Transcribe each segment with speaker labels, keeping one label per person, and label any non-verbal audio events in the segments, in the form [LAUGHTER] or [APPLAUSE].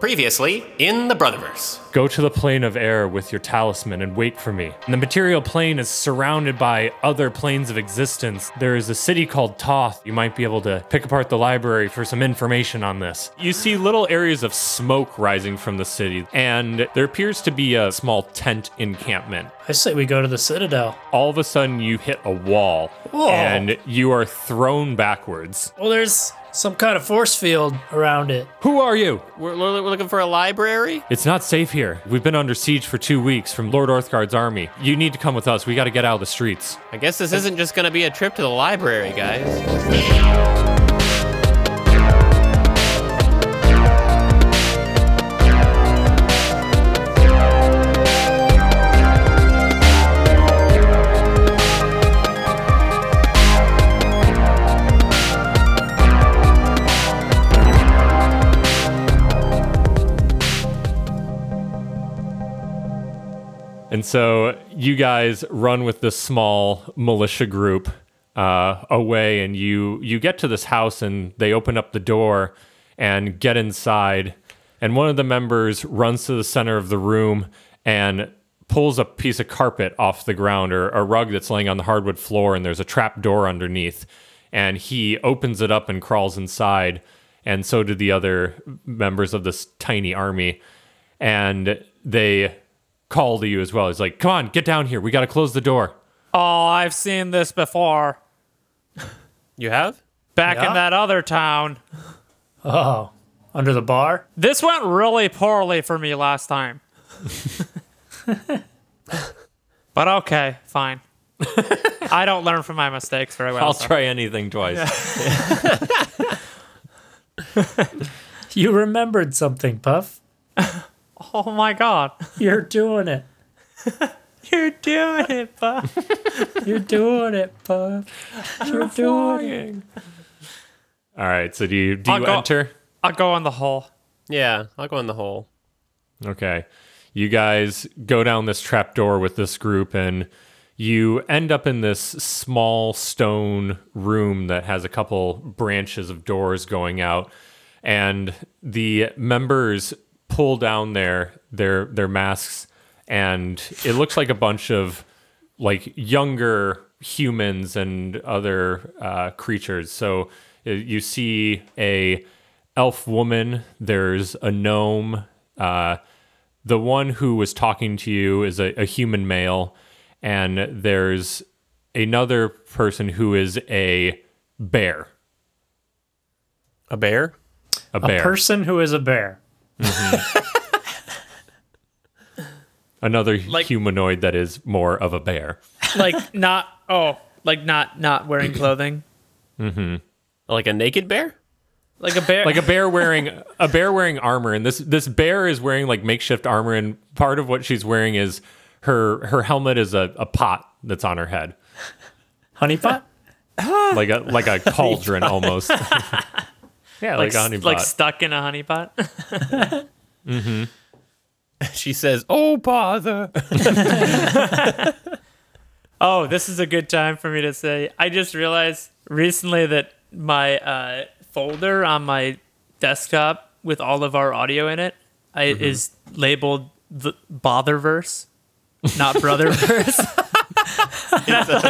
Speaker 1: Previously in the Brotherverse.
Speaker 2: Go to the plane of air with your talisman and wait for me. And the material plane is surrounded by other planes of existence. There is a city called Toth. You might be able to pick apart the library for some information on this. You see little areas of smoke rising from the city, and there appears to be a small tent encampment.
Speaker 3: I say we go to the Citadel.
Speaker 2: All of a sudden, you hit a wall,
Speaker 3: Whoa.
Speaker 2: and you are thrown backwards.
Speaker 3: Well, there's some kind of force field around it.
Speaker 2: Who are you?
Speaker 1: We're, we're looking for a library?
Speaker 2: It's not safe here. We've been under siege for two weeks from Lord Orthgard's army. You need to come with us. We got to get out of the streets.
Speaker 1: I guess this isn't just gonna be a trip to the library, guys.
Speaker 2: And so you guys run with this small militia group uh, away, and you you get to this house, and they open up the door and get inside. And one of the members runs to the center of the room and pulls a piece of carpet off the ground or a rug that's laying on the hardwood floor, and there's a trap door underneath. And he opens it up and crawls inside, and so do the other members of this tiny army. And they call to you as well. He's like, "Come on, get down here. We got to close the door."
Speaker 4: Oh, I've seen this before.
Speaker 1: You have?
Speaker 4: Back
Speaker 3: Yeah?
Speaker 4: in that other town.
Speaker 3: Oh, under the bar? [LAUGHS]
Speaker 4: This went really poorly for me last time. [LAUGHS] but okay, fine.
Speaker 2: [LAUGHS]
Speaker 4: I don't learn from my mistakes very well.
Speaker 2: I'll
Speaker 4: so-
Speaker 2: try anything twice.
Speaker 3: You remembered something, Puff.
Speaker 4: Oh my god.
Speaker 3: You're doing it.
Speaker 4: You're doing it, bud.
Speaker 3: You're doing it, Puff. You're doing it.
Speaker 2: All right. So do you do
Speaker 4: I'll
Speaker 2: you
Speaker 4: go-
Speaker 2: enter?
Speaker 4: I'll go in the hole.
Speaker 1: Yeah, I'll go in the hole.
Speaker 2: Okay. You guys go down this trapdoor with this group and you end up in this small stone room that has a couple branches of doors going out and the members pull down their their their masks and it looks like a bunch of like younger humans and other uh, creatures. So uh, you see a elf woman. There's a gnome. Uh, the one who was talking to you is a, a human male, and there's another person who is a bear.
Speaker 1: A bear?
Speaker 2: A
Speaker 3: A
Speaker 2: bear.
Speaker 3: person who is a bear.
Speaker 2: another
Speaker 4: Like-
Speaker 2: humanoid that is more of a bear.
Speaker 4: Like not oh, like not not wearing clothing.
Speaker 1: Like a naked bear? [LAUGHS]
Speaker 4: Like a bear
Speaker 2: like a bear wearing a bear wearing armor and this this bear is wearing like makeshift armor and part of what she's wearing is her her helmet is a, a pot that's on her
Speaker 4: [LAUGHS]
Speaker 2: head
Speaker 3: Honeypot?
Speaker 2: like a like a
Speaker 4: [LAUGHS]
Speaker 2: cauldron almost [LAUGHS] yeah like,
Speaker 4: like,
Speaker 2: a
Speaker 4: s-
Speaker 2: honey [LAUGHS]
Speaker 4: like
Speaker 2: pot.
Speaker 4: stuck in a honey pot.
Speaker 1: She says, Oh, bother.
Speaker 4: Oh, this is a good time for me to say. I just realized recently that my uh, folder on my desktop with all of our audio in it I, is labeled the Botherverse, not Brotherverse.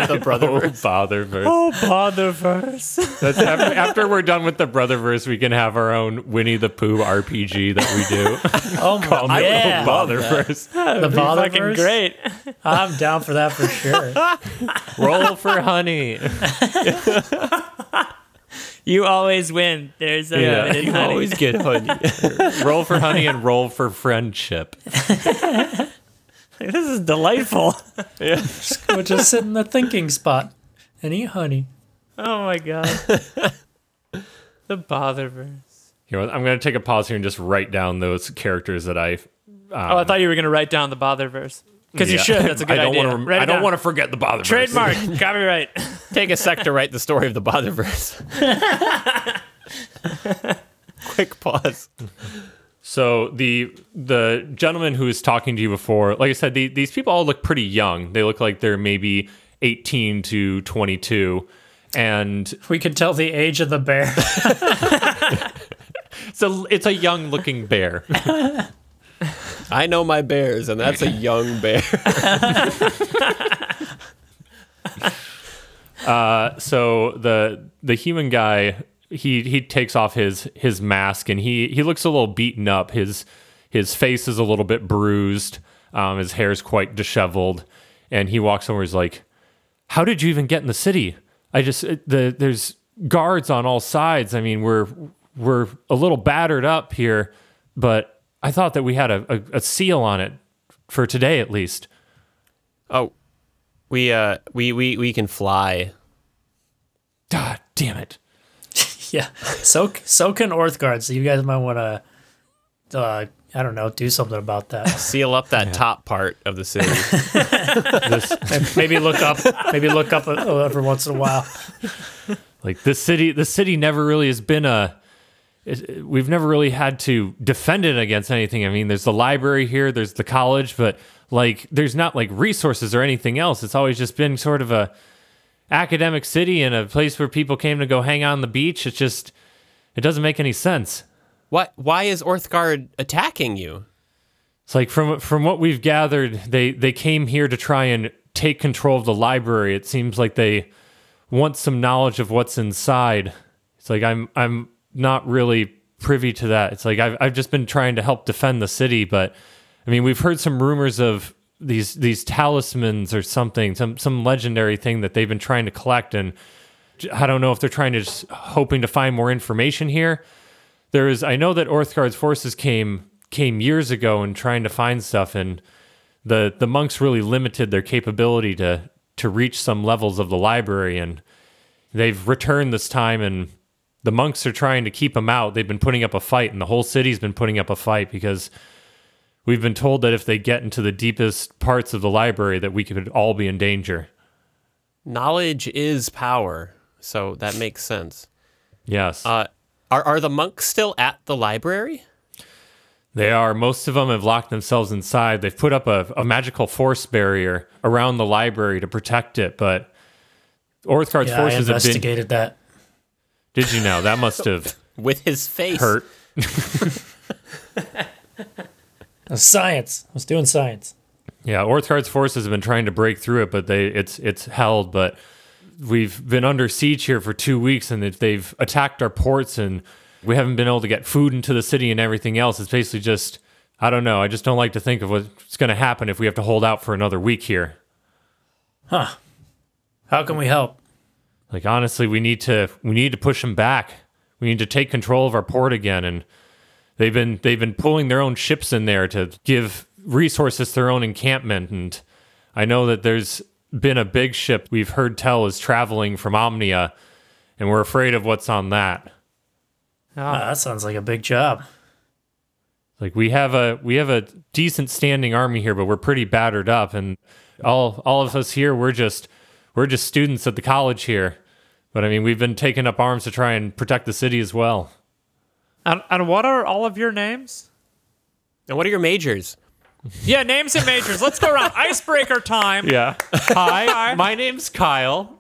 Speaker 1: the brother. [LAUGHS]
Speaker 2: Oh, bother verse.
Speaker 4: oh, Botherverse.
Speaker 2: That's after, after we're done with the brother verse, we can have our own Winnie the Pooh RPG that we
Speaker 4: [LAUGHS]
Speaker 2: do.
Speaker 3: [LAUGHS] Oh, my
Speaker 2: oh,
Speaker 3: yeah.
Speaker 2: bother verse.
Speaker 3: The
Speaker 4: [LAUGHS] Fucking
Speaker 3: Botherverse?
Speaker 4: great.
Speaker 3: I'm down for that for sure. [LAUGHS]
Speaker 2: Roll for honey.
Speaker 4: You always win. There's a
Speaker 2: Yeah.
Speaker 4: limited honey.
Speaker 1: get honey.
Speaker 2: [LAUGHS] roll for honey and roll for friendship.
Speaker 4: [LAUGHS] This is delightful.
Speaker 3: We'll just sit in the thinking spot and eat honey.
Speaker 4: [LAUGHS] oh my god. [LAUGHS] the Botherverse.
Speaker 2: Here, I'm going to take a pause here and just write down those characters that I.
Speaker 4: Oh, I thought you were gonna write down the Botherverse because you
Speaker 2: Yeah. [LAUGHS]
Speaker 4: should. [LAUGHS] That's a good
Speaker 2: I don't
Speaker 4: idea.
Speaker 2: Wanna, rem-
Speaker 4: Write it
Speaker 2: I don't
Speaker 4: down.
Speaker 2: want to forget the bother. verse.
Speaker 4: Trademark, [LAUGHS] copyright.
Speaker 1: Take a sec to write the story of the Botherverse. [LAUGHS] Quick pause.
Speaker 2: So the the gentleman who was talking to you before, like I said, the, these people all look pretty young. They look like they're maybe 18 to 22, and
Speaker 3: We can tell the age of the bear.
Speaker 2: a it's a young looking bear.
Speaker 1: I know my bears, and that's a young bear.
Speaker 2: so the the human guy he he takes off his his mask and he he looks a little beaten up his his face is a little bit bruised um his hair's quite disheveled and he walks over he's like how did you even get in the city i just it- the there's guards on all sides i mean we're we're a little battered up here but i thought that we had a, a, a seal on it for today at least
Speaker 1: [LAUGHS] oh, we uh, we we we can fly.
Speaker 2: god damn it
Speaker 3: [LAUGHS] Yeah. So so can Orthgard, so you guys might want to uh I don't know, do something about that.
Speaker 1: Seal up that top part of the [LAUGHS] city.
Speaker 2: this
Speaker 3: maybe look up maybe look up uh, every once in a while.
Speaker 2: like the city the city never really has been a is- we've never really had to defend it against anything i mean there's the library here there's the college but like there's not like resources or anything else it's always just been sort of a academic city and a place where people came to go hang out on the beach it's just it doesn't make any sense
Speaker 1: what? Why is Orthgard attacking you?
Speaker 2: It's like from from what we've gathered, they they came here to try and take control of the library. It seems like they want some knowledge of what's inside. It's like I'm I'm not really privy to that. It's like I've I've just been trying to help defend the city, but I mean we've heard some rumors of these these talismans or something, some some legendary thing that they've been trying to collect, and I don't know if they're trying to just hoping to find more information here there is I know that Orthgard's forces came came years ago and trying to find stuff and the the monks really limited their capability to to reach some levels of the library and they've returned this time and the monks are trying to keep them out. They've been putting up a fight and the whole city's been putting up a fight because we've been told that if they get into the deepest parts of the library that we could all be in danger.
Speaker 1: Knowledge is power, so that makes sense.
Speaker 2: Yes.
Speaker 1: Uh, are are the monks still at the library?
Speaker 2: They are. Most of them have locked themselves inside. They've put up a, a magical force barrier around the library to protect it, but Orthgard's
Speaker 3: Yeah, I
Speaker 2: forces have been.
Speaker 3: investigated that.
Speaker 2: Did you know
Speaker 3: [LAUGHS]
Speaker 2: that must have
Speaker 1: With his face.
Speaker 2: hurt?
Speaker 3: Science. I was doing science.
Speaker 2: Yeah, Orthgard's forces have been trying to break through it, but they it's it's held. But we've been under siege here for two weeks, and if they've attacked our ports, and we haven't been able to get food into the city and everything else. It's basically just I don't know. I just don't like to think of what's going to happen if we have to hold out for another week here.
Speaker 3: How can we help?
Speaker 2: like honestly we need to we need to push them back we need to take control of our port again and they've been they've been pulling their own ships in there to give resources to their own encampment and i know that there's been a big ship we've heard tell is traveling from omnia and we're afraid of what's on that
Speaker 3: Ah, that sounds like a big job.
Speaker 2: like we have a we have a decent standing army here but we're pretty battered up and all all of us here we're just we're just students at the college here but i mean we've been taking up arms to try and protect the city as well
Speaker 4: And, and what are all of your names?
Speaker 1: And what are your majors?
Speaker 4: Yeah, names and majors. Let's
Speaker 2: [LAUGHS]
Speaker 4: go around. Icebreaker time.
Speaker 2: Yeah. [LAUGHS] Hi, my name's Kyle.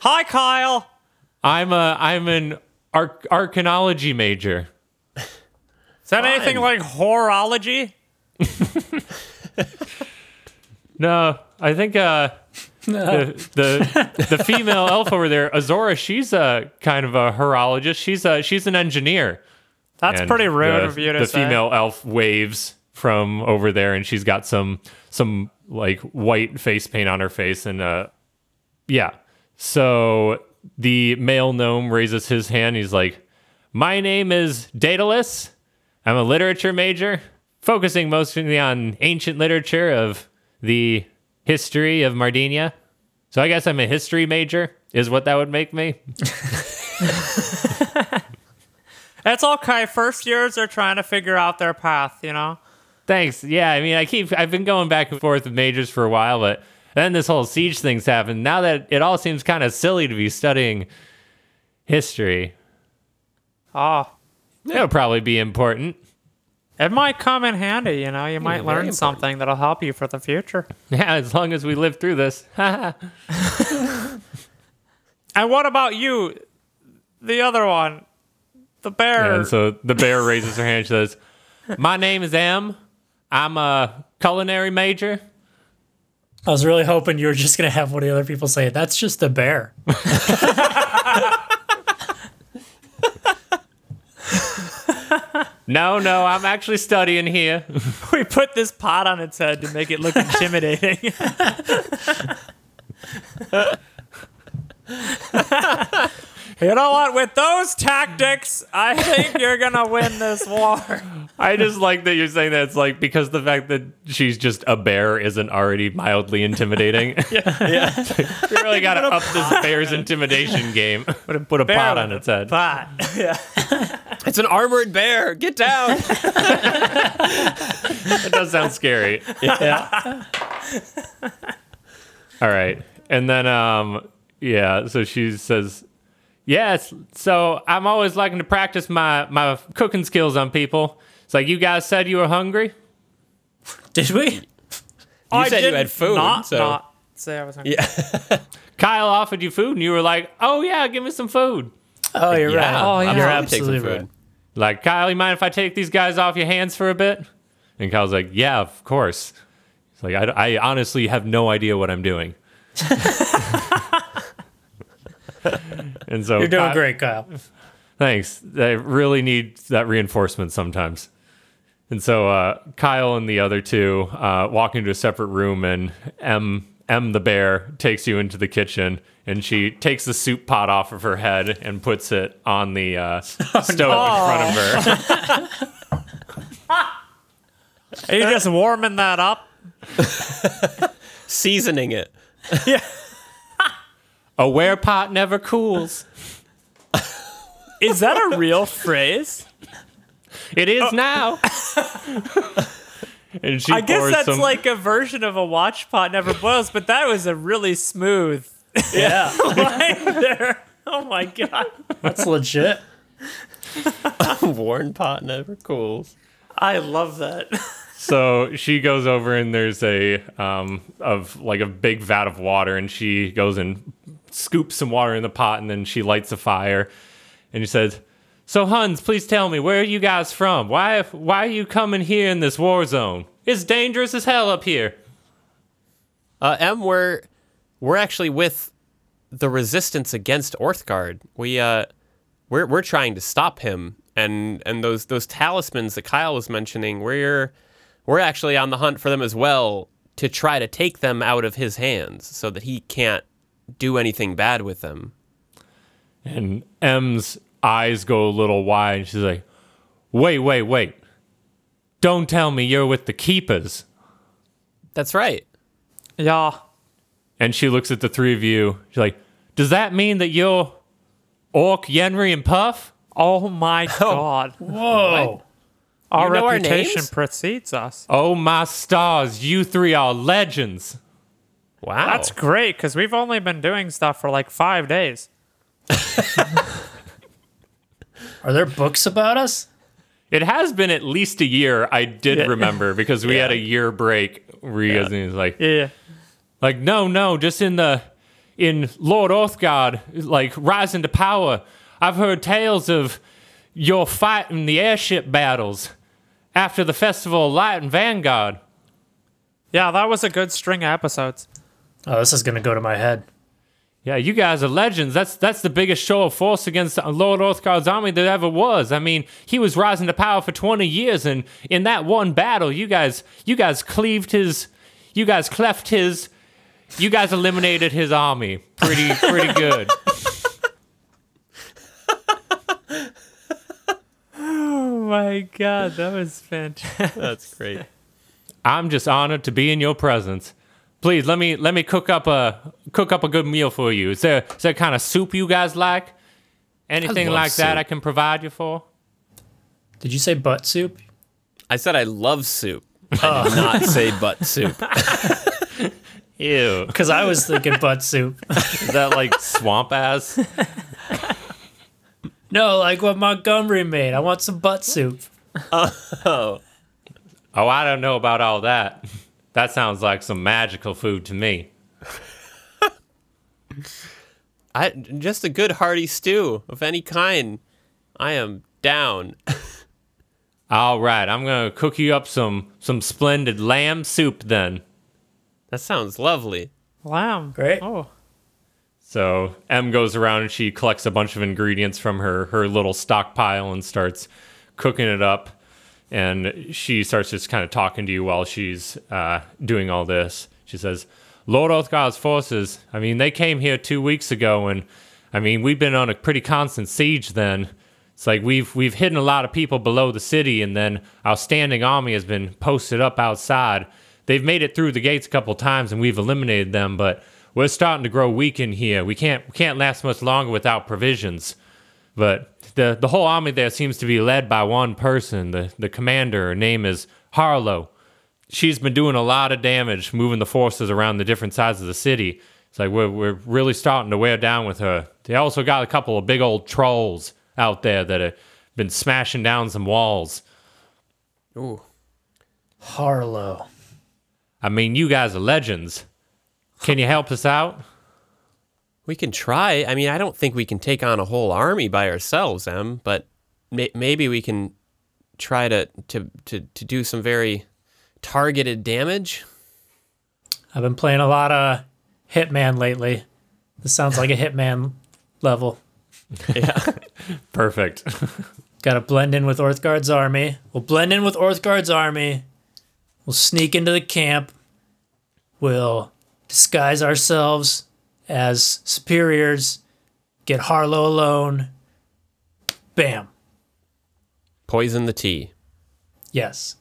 Speaker 4: Hi, Kyle.
Speaker 2: I'm a I'm an arch- archaeology major.
Speaker 4: Is that anything like horology?
Speaker 2: No, I think uh the, the the female elf over there, Azora, she's a kind of a horologist. She's a she's an engineer.
Speaker 4: That's
Speaker 2: And
Speaker 4: pretty rude
Speaker 2: the,
Speaker 4: of you to
Speaker 2: The
Speaker 4: say.
Speaker 2: female elf waves from over there, and she's got some some like white face paint on her face, and uh, yeah. So the male gnome raises his hand. He's like, "My name is Daedalus. I'm a literature major, focusing mostly on ancient literature of the history of Mardinia. So I guess I'm a history major, is what that would make me."
Speaker 4: It's okay. First years are trying to figure out their path, you know?
Speaker 2: Thanks. Yeah, I mean, I keep I've been going back and forth with majors for a while, but then this whole siege thing's happened. Now that it all seems kind of silly to be studying history,
Speaker 4: Oh,
Speaker 2: it'll probably be important. [LAUGHS]
Speaker 4: it might come in handy, you know? You might
Speaker 1: very
Speaker 4: learn
Speaker 1: important.
Speaker 4: something that'll help you for the future.
Speaker 2: Yeah, as long as we live through this. [LAUGHS]
Speaker 4: And what about you, the other one? the bear.
Speaker 2: And so the bear raises her hand. She says, "My name is Em. I'm a culinary major."
Speaker 3: I was really hoping you were just gonna have one of the other people say, "That's just a bear."
Speaker 2: No, no, I'm actually studying here.
Speaker 4: [LAUGHS] we put this pot on its head to make it
Speaker 2: [LAUGHS]
Speaker 4: look intimidating. you know what? With
Speaker 2: [LAUGHS]
Speaker 4: those tactics, I think you're gonna win this war.
Speaker 2: I just like that you're saying that. It's like because the fact that she's just a bear isn't already mildly intimidating. [LAUGHS] yeah, yeah. we really got to up this bear's intimidation game. [LAUGHS] Put a, put a pot on its head.
Speaker 4: Pot.
Speaker 1: It's an armored bear. Get down.
Speaker 2: That does sound [LAUGHS] scary. [LAUGHS] All right. And then um yeah, so she says, "Yes, so I'm always liking to practice my my cooking skills on people." It's like you guys said you were hungry.
Speaker 3: [LAUGHS] Did we?
Speaker 1: You
Speaker 4: I
Speaker 1: said you
Speaker 4: did
Speaker 1: had food,
Speaker 4: Not,
Speaker 1: so-
Speaker 4: not say I was hungry.
Speaker 2: Kyle offered you food and you were like, "Oh yeah, give me some food."
Speaker 3: Oh, you're right.
Speaker 1: Yeah,
Speaker 3: Oh,
Speaker 1: I'm
Speaker 3: yeah.
Speaker 1: happy to take some
Speaker 3: Absolutely
Speaker 1: food.
Speaker 2: Like, "Kyle, you mind if I take these guys off your hands for a bit?" And Kyle's like, "Yeah, of course." It's like, "I, I honestly have no idea what I'm
Speaker 3: [LAUGHS]
Speaker 2: doing." and so
Speaker 3: You're doing
Speaker 2: Kyle-
Speaker 3: great, Kyle.
Speaker 2: Thanks. I really need that reinforcement sometimes. And so uh, Kyle and the other two uh, walk into a separate room, and M M the bear takes you into the kitchen, and she takes the soup pot off of her head and puts it on the
Speaker 3: [LAUGHS]
Speaker 2: uh,
Speaker 3: Oh,
Speaker 2: stove in front of her.
Speaker 4: Are you just warming that up?
Speaker 1: Seasoning it.
Speaker 2: a ware pot never cools.
Speaker 4: Is that a real phrase?
Speaker 2: It
Speaker 1: Oh. [LAUGHS]
Speaker 2: is now. and she
Speaker 4: [LAUGHS] I guess
Speaker 2: pours
Speaker 4: that's
Speaker 2: some-
Speaker 4: like a version of a watch pot never boils, but that was a
Speaker 1: [LAUGHS]
Speaker 4: really smooth
Speaker 3: Yeah,
Speaker 4: [LAUGHS] line there. Oh my god.
Speaker 3: that's legit.
Speaker 1: Worn pot never cools.
Speaker 4: I love that.
Speaker 2: so she goes over and there's a um of like a big vat of water and she goes and scoops some water in the pot and then she lights a fire and she says so huns please tell me where are you guys from why why are you coming here in this war zone it's dangerous as hell up here
Speaker 1: Uh, M, we're we're actually with the resistance against Orthgard. We uh, we're we're trying to stop him, and and those those talismans that Kyle was mentioning, we're we're actually on the hunt for them as well to try to take them out of his hands so that he can't do anything bad with them.
Speaker 2: and m's eyes go a little wide and she's like wait wait wait don't tell me you're with the keepers
Speaker 1: That's right.
Speaker 4: Yeah.
Speaker 2: and she looks at the three of you. She's like, "Does that mean that you're Orc, Yenri, and Puff?"
Speaker 4: Oh my god.
Speaker 3: Whoa.
Speaker 4: Our
Speaker 1: You know our
Speaker 4: reputation
Speaker 1: names?
Speaker 4: precedes us.
Speaker 2: Oh my stars! You three are legends.
Speaker 1: Wow.
Speaker 4: That's great because we've only been doing stuff for like five days.
Speaker 3: Are there books about us?
Speaker 2: It has been at least a year. I did remember because we had a year break. Where you guys and he's like,
Speaker 4: Yeah.
Speaker 2: like no, no, just in the in Lord Orthgard, like rising to power. I've heard tales of your fight in the airship battles after the Festival of Light and Vanguard.
Speaker 4: Yeah, that was a good string of episodes.
Speaker 3: Oh, this is gonna go to my head.
Speaker 2: Yeah, you guys are legends. That's that's the biggest show of force against Lord Orthgard's army that ever was. I mean, he was rising to power for 20 years, and in that one battle, you guys you guys cleaved his, you guys cleft his, you guys eliminated his army. Pretty pretty [LAUGHS] good.
Speaker 4: Oh my god, that was fantastic.
Speaker 1: that's [LAUGHS] great.
Speaker 2: I'm just honored to be in your presence. Please let me let me cook up a cook up a good meal for you. Is there is there kind of soup you guys like? Anything
Speaker 1: love
Speaker 2: like that
Speaker 1: soup.
Speaker 2: I can provide you for?
Speaker 3: Did you say butt soup?
Speaker 1: I said I love soup. [LAUGHS] I did not say butt soup.
Speaker 2: Ew.
Speaker 3: Because I was thinking butt soup.
Speaker 2: Is that like [LAUGHS] swamp ass?
Speaker 3: No, like what Montgomery made. I want some butt soup.
Speaker 2: Oh, I don't know about all that. [LAUGHS] That sounds like some magical food to me.
Speaker 1: I just a good hearty stew of any kind. I am down.
Speaker 2: All right, I'm gonna cook you up some some splendid lamb soup then.
Speaker 1: That sounds lovely.
Speaker 4: Wow.
Speaker 3: Great.
Speaker 4: Oh,
Speaker 2: So M goes around and she collects a bunch of ingredients from her her little stockpile and starts cooking it up. And she starts just kind of talking to you while she's uh, doing all this. She says, "Lord Othgar's forces. I mean, they came here two weeks ago, and I mean, we've been on a pretty constant siege. Then it's like we've we've hidden a lot of people below the city, and then our standing army has been posted up outside. They've made it through the gates a couple times, and we've eliminated them, but." we're starting to grow weak in here. We can't we can't last much longer without provisions. But the the whole army there seems to be led by one person. The the commander, her name is Harlow. She's been doing a lot of damage moving the forces around the different sides of the city. It's like we're we're really starting to wear down with her. They also got a couple of big old trolls out there that have been smashing down some walls.
Speaker 1: Ooh.
Speaker 3: Harlow.
Speaker 2: I mean, you guys are legends. Can you help us out?
Speaker 1: We can try. I mean, I don't think we can take on a whole army by ourselves, Em, but may- maybe we can try to, to, to, to do some very targeted damage.
Speaker 3: I've been playing a lot of Hitman lately. This sounds like a Hitman level.
Speaker 2: Perfect.
Speaker 3: Got to blend in with Orthgard's army. We'll blend in with Orthgard's army. We'll sneak into the camp. We'll disguise ourselves as superiors. Get Harlow alone. Bam.
Speaker 1: Poison the tea.
Speaker 3: Yes.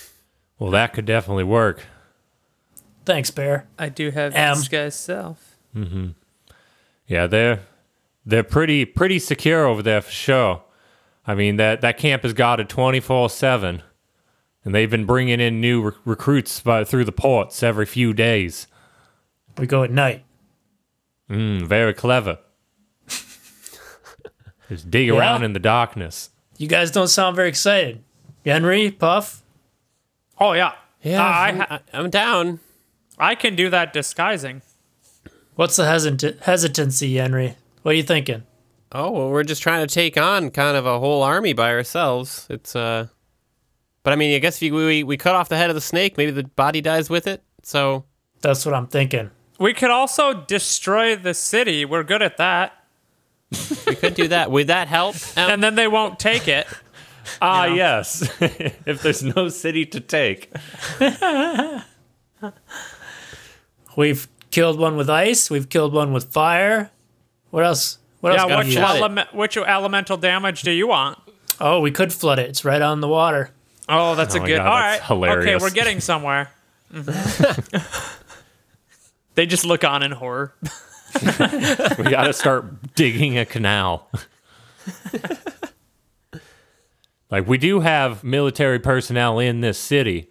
Speaker 2: [LAUGHS] well, that could definitely work.
Speaker 3: Thanks, Bear.
Speaker 4: I do have
Speaker 3: Um,
Speaker 4: this guy's self.
Speaker 2: Yeah, they're they're pretty pretty secure over there for sure. I mean that that camp is guarded twenty four seven, and they've been bringing in new rec- recruits by, through the ports every few days.
Speaker 3: We go at night.
Speaker 2: Mm, very clever. Just dig
Speaker 3: Yeah.
Speaker 2: around in the darkness.
Speaker 3: You guys don't sound very excited. Henry, Puff,
Speaker 4: Oh yeah.
Speaker 1: Yeah,
Speaker 4: Uh, I
Speaker 1: I'm,
Speaker 4: ha-
Speaker 1: I- I'm down.
Speaker 4: I can do that disguising.
Speaker 3: what's the hesit- hesitancy, Henry? What are you thinking?
Speaker 1: Oh well, we're just trying to take on kind of a whole army by ourselves. It's uh, but I mean, I guess if you, we we cut off the head of the snake, maybe the body dies with it. So
Speaker 3: That's what I'm thinking.
Speaker 4: We could also destroy the city. We're good at that.
Speaker 1: we could do that. Would that
Speaker 4: [LAUGHS]
Speaker 1: help? Em?
Speaker 4: And then they won't take
Speaker 2: [LAUGHS]
Speaker 4: it.
Speaker 2: Ah, yes. [LAUGHS] if there's no city to take,
Speaker 3: We've killed one with ice. We've killed one with fire. What else? What else?
Speaker 4: yeah,
Speaker 3: can
Speaker 1: gotta
Speaker 3: we
Speaker 4: which,
Speaker 3: use?
Speaker 1: flood it.
Speaker 4: element, which elemental damage do you want?
Speaker 3: Oh, we could flood it. It's right on the water.
Speaker 4: Oh, that's
Speaker 2: Oh
Speaker 4: a
Speaker 2: my
Speaker 4: good.
Speaker 2: God,
Speaker 4: all right,
Speaker 2: that's hilarious.
Speaker 4: Okay, we're getting somewhere.
Speaker 2: [LAUGHS]
Speaker 4: Mhm. they just look on in horror.
Speaker 2: we got to start digging a canal. like we do have military personnel in this city.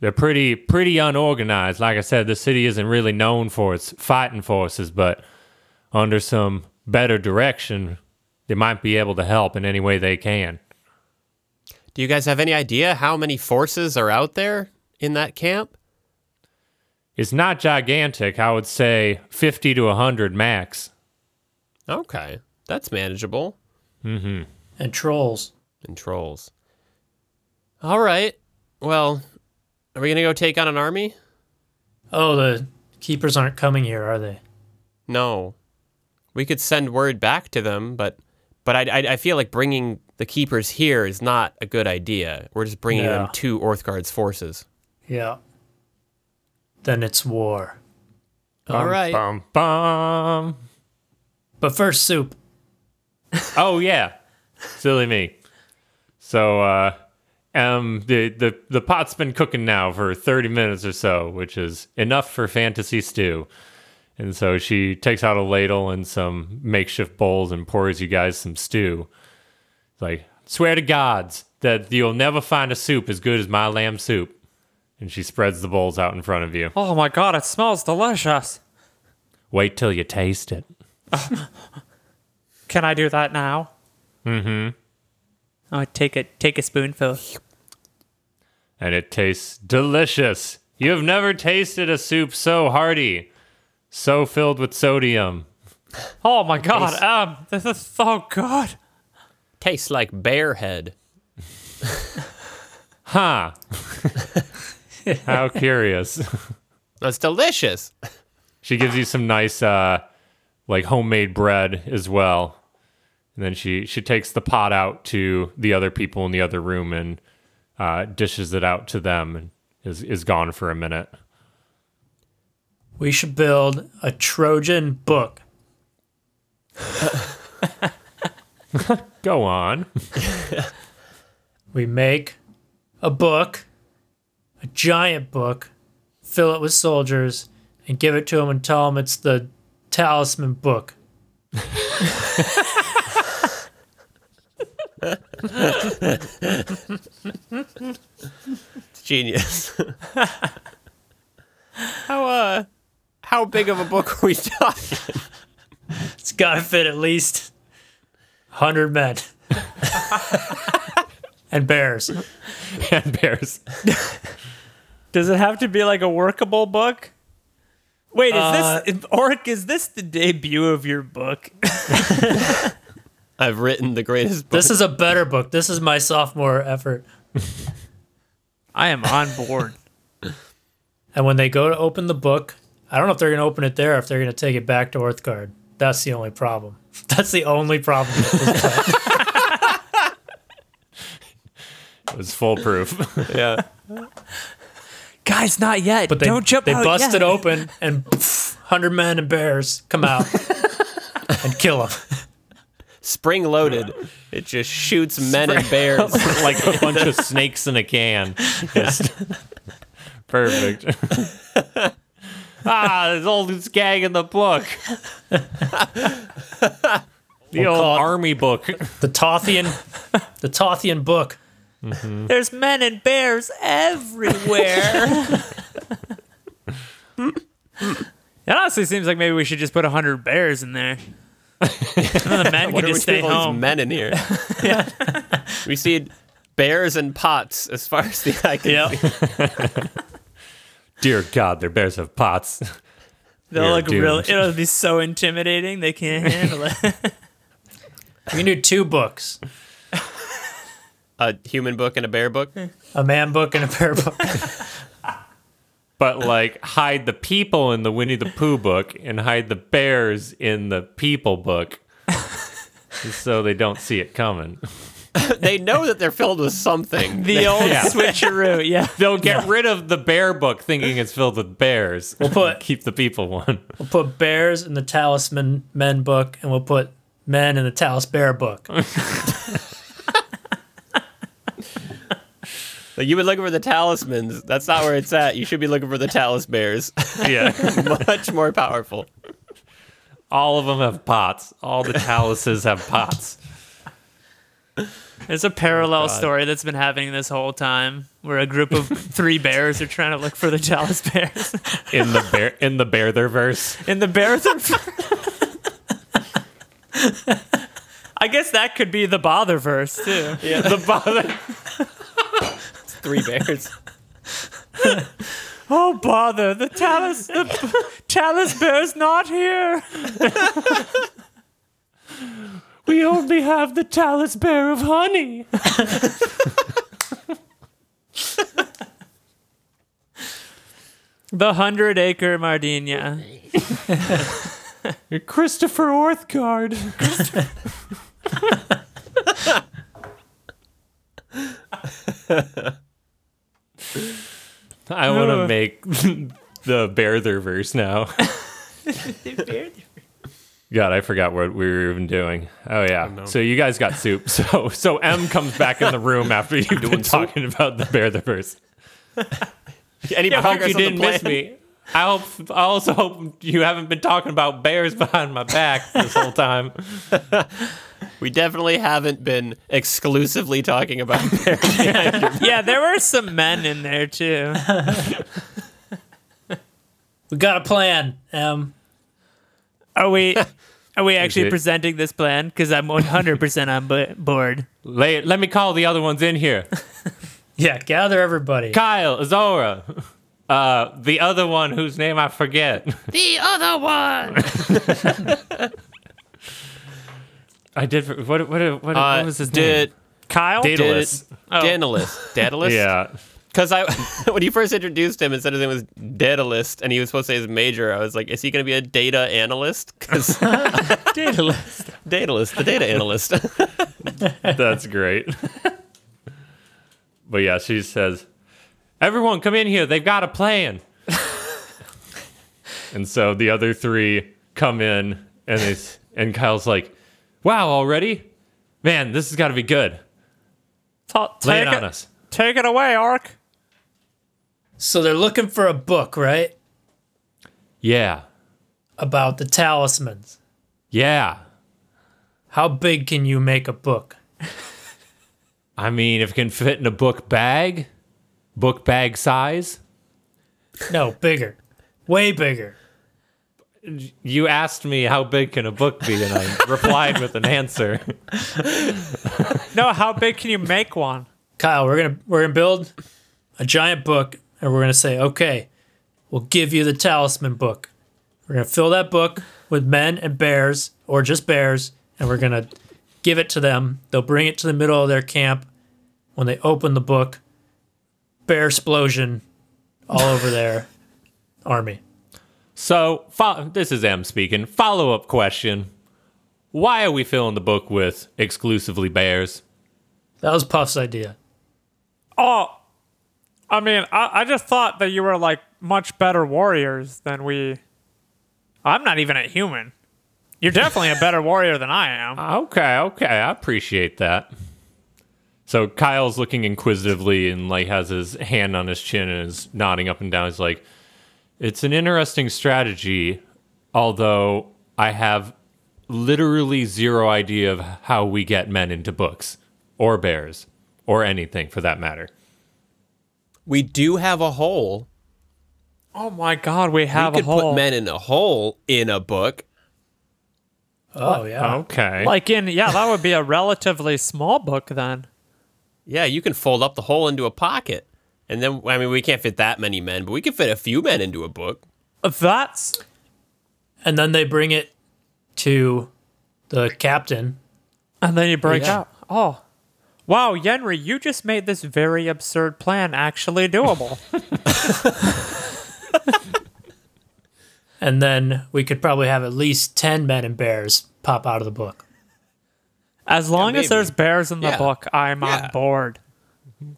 Speaker 2: They're pretty pretty unorganized. Like I said, the city isn't really known for its fighting forces, but under some better direction, they might be able to help in any way they can.
Speaker 1: do you guys have any idea how many forces are out there in that camp?
Speaker 2: It's not gigantic. I would say 50 to 100 max.
Speaker 1: Okay, that's manageable.
Speaker 3: And trolls.
Speaker 1: And trolls. All right. Well, are we gonna go take on an army?
Speaker 3: Oh, the keepers aren't coming here, are they?
Speaker 1: No, we could send word back to them, but but I I, I feel like bringing the keepers here is not a good idea. We're just bringing them
Speaker 3: Yeah.
Speaker 1: to Orthgard's forces.
Speaker 3: Yeah. Then it's war.
Speaker 1: All right.
Speaker 2: Bum, bum.
Speaker 3: But first, soup.
Speaker 2: Oh yeah, silly me. So, uh, um, the the the pot's been cooking now for thirty minutes or so, which is enough for fantasy stew. And so she takes out a ladle and some makeshift bowls and pours you guys some stew. It's like, swear to gods that you'll never find a soup as good as my lamb soup. And she spreads the bowls out in front of you.
Speaker 4: Oh my god, it smells delicious.
Speaker 2: Wait till you taste it.
Speaker 4: Can I do that now? Mm-hmm. Oh, take a take a spoonful.
Speaker 2: and it tastes delicious. You have never tasted a soup so hearty, so filled with sodium.
Speaker 4: Oh my god, um, this is so good.
Speaker 1: tastes like bear head.
Speaker 2: Ha! How curious.
Speaker 1: That's delicious. [LAUGHS]
Speaker 2: She gives you some nice, uh, like homemade bread as well. And then she she takes the pot out to the other people in the other room and uh, dishes it out to them and is is gone for a minute.
Speaker 3: We should build a Trojan book.
Speaker 2: Go on. [LAUGHS]
Speaker 3: We make a book, a giant book, fill it with soldiers, and give it to them and tell them it's the talisman book.
Speaker 1: It's genius. [LAUGHS] how uh how big of a book are we talking?
Speaker 3: It's got to fit at least 100
Speaker 4: [LAUGHS]
Speaker 3: men and bears.
Speaker 2: and bears.
Speaker 4: Does it have to be like a workable book? Wait, is this Orc? Is this the debut of your book?
Speaker 1: I've written the greatest book.
Speaker 3: This is a better book. This is my sophomore effort.
Speaker 4: I am on board.
Speaker 3: And when they go to open the book, I don't know if they're going to open it there or if they're going to take it back to Orthgard. That's the only problem. [LAUGHS] That's the only problem.
Speaker 2: It was foolproof.
Speaker 1: yeah.
Speaker 4: Guys, not yet.
Speaker 3: But they,
Speaker 4: [LAUGHS] Don't jump
Speaker 3: they
Speaker 4: out
Speaker 3: bust it
Speaker 4: yet.
Speaker 3: open and 100 men and bears come
Speaker 4: [LAUGHS]
Speaker 3: out and kill them.
Speaker 1: Spring loaded. It just shoots men and bears.
Speaker 2: [LAUGHS] like a bunch [LAUGHS] of snakes in a can. Just [LAUGHS] perfect. ah, there's all this gag in the [LAUGHS] book. the old
Speaker 3: call it-
Speaker 2: army book.
Speaker 3: The Tothian, the Tothian book.
Speaker 4: There's men and bears [LAUGHS] everywhere. it honestly seems like maybe we should just put hundred bears in there. None of the men
Speaker 1: What
Speaker 4: can
Speaker 1: are we
Speaker 4: just stay
Speaker 1: doing with all these
Speaker 4: home.
Speaker 1: men in here? [LAUGHS] we see bears and pots as far as the eye can.
Speaker 4: Yep,
Speaker 2: Dear God, their bears have pots.
Speaker 4: they'll
Speaker 2: We're
Speaker 4: look real.
Speaker 2: doomed.
Speaker 4: It'll be so intimidating. They can't handle it.
Speaker 3: We can do two books
Speaker 1: A human book and a bear book.
Speaker 3: a man book and a bear book.
Speaker 2: [LAUGHS] But like hide the people in the Winnie the Pooh book and hide the bears in the people book. Just so they don't see it coming.
Speaker 1: they know that they're filled with something.
Speaker 4: The old
Speaker 2: Yeah.
Speaker 1: [LAUGHS]
Speaker 4: switcheroo. Yeah,
Speaker 2: They'll get rid of the bear book thinking it's filled with bears. We'll [LAUGHS]
Speaker 3: put-
Speaker 2: keep the people one.
Speaker 3: We'll put bears in the talisman men book, and we'll put men in the talis bear book.
Speaker 1: Like you've been looking for the talismans. That's not where it's at. You should be looking for the talis bears. [LAUGHS]
Speaker 2: [LAUGHS] Yeah.
Speaker 1: Much more powerful.
Speaker 2: All of them have pots. All the taluses have pots.
Speaker 4: there's a parallel story that's been happening this whole time, where a group of three bears are trying to look for the Dallas Bears
Speaker 2: In the bear in the bear their verse.
Speaker 4: in the bears [LAUGHS] are. I guess that could be the bother verse too.
Speaker 2: The bother
Speaker 1: Three bears.
Speaker 4: Oh bother! The Talus, the Talus bear's not here.
Speaker 2: [LAUGHS] We only have the talus bear of honey.
Speaker 4: The hundred
Speaker 2: [LAUGHS]
Speaker 4: acre Mardinia.
Speaker 2: Christopher Orthgard. I want to make the bear their verse [LAUGHS] now. God, I forgot what we were even doing. Oh yeah. So you guys got soup. So so M comes back in the room after you've been talking about the bear the verse.
Speaker 1: Any
Speaker 2: [LAUGHS] I hope
Speaker 1: progress on the
Speaker 2: you didn't miss
Speaker 1: plan?
Speaker 2: me. I hope. I also hope you haven't been talking about bears [LAUGHS] behind my back this whole time.
Speaker 1: We definitely haven't been exclusively talking about bears.
Speaker 4: Yeah, there were some men in there too.
Speaker 3: We got a plan, um,
Speaker 4: Are we? Are we actually
Speaker 2: it-
Speaker 4: presenting this plan? Because I'm 100% on bo- board.
Speaker 2: Let, let me call the other ones in here.
Speaker 3: Yeah, gather everybody.
Speaker 2: Kyle, Azora, [LAUGHS] uh, the other one whose name I [LAUGHS] forget.
Speaker 1: the other one.
Speaker 2: I did. for- What what what,
Speaker 1: Uh,
Speaker 2: what was his
Speaker 1: did,
Speaker 2: name?
Speaker 4: Kyle?
Speaker 2: Data-
Speaker 1: Did,
Speaker 2: Daedalus.
Speaker 4: Oh.
Speaker 1: Daedalus. Daedalus?
Speaker 2: [LAUGHS] Yeah,
Speaker 1: Because I, [LAUGHS] when you first introduced him and said his name was Daedalus and he was supposed to say his major, I was like, is he going to be a data analyst? Because [LAUGHS]
Speaker 4: Daedalus.
Speaker 1: Daedalus, the data analyst. [LAUGHS]
Speaker 2: that's great. but yeah, she says, "Everyone, come in here. They've got a [LAUGHS] plan." and so the other three come in, and they, s- and Kyle's like, "Wow, already? Man, this has got to be good.
Speaker 4: Ta-
Speaker 2: Lay it
Speaker 4: take,
Speaker 2: on
Speaker 4: it,
Speaker 2: us."
Speaker 4: take it away, Ark.
Speaker 3: So they're looking for a book, right?
Speaker 2: Yeah,
Speaker 3: About the talismans.
Speaker 2: yeah.
Speaker 3: How big can you make a book?
Speaker 2: I mean, if it can fit in a book bag, book bag size.
Speaker 3: No, bigger. Way bigger.
Speaker 2: You asked me how big can a book be, and I replied with an answer.
Speaker 4: No, how big can you make one?
Speaker 3: Kyle, we're gonna we're gonna build a giant book and we're gonna say, okay, we'll give you the talisman book. We're gonna fill that book with men and bears, or just bears, and we're gonna give it to them. They'll bring it to the middle of their camp. When they open the book, bear explosion all over their [LAUGHS] army.
Speaker 2: So, fo- this is M speaking. Follow up question Why are we filling the book with exclusively bears?
Speaker 3: That was Puff's idea.
Speaker 4: Oh, I mean, I, I just thought that you were like much better warriors than we. I'm not even a human. You're definitely a better warrior than I
Speaker 2: Uh,
Speaker 4: am.
Speaker 2: Okay, okay, I appreciate that. So, Kyle's looking inquisitively and like has his hand on his chin and is nodding up and down. He's like, It's an interesting strategy, although I have literally zero idea of how we get men into books or bears or anything for that matter.
Speaker 1: we do have a hole.
Speaker 4: Oh my god, we have
Speaker 1: we
Speaker 4: a
Speaker 1: could
Speaker 4: whole
Speaker 1: put men in a hole in a book.
Speaker 3: Oh yeah.
Speaker 2: Okay.
Speaker 4: [LAUGHS] like in yeah, that would be a relatively small book then.
Speaker 1: Yeah, you can fold up the hole into a pocket. And then, I mean, we can't fit that many men, but we could fit a few men into a book.
Speaker 4: That's
Speaker 3: And then they bring it to the captain.
Speaker 4: and then you break
Speaker 1: Yeah.
Speaker 4: out. Oh. Wow, Yenri, you just made this very absurd plan
Speaker 1: [LAUGHS]
Speaker 4: actually doable.
Speaker 3: And then we could probably have at least 10 men and bears pop out of the book.
Speaker 4: As long
Speaker 1: maybe.
Speaker 4: as there's bears in the
Speaker 1: Yeah.
Speaker 4: book, I'm
Speaker 1: Yeah.
Speaker 4: on board.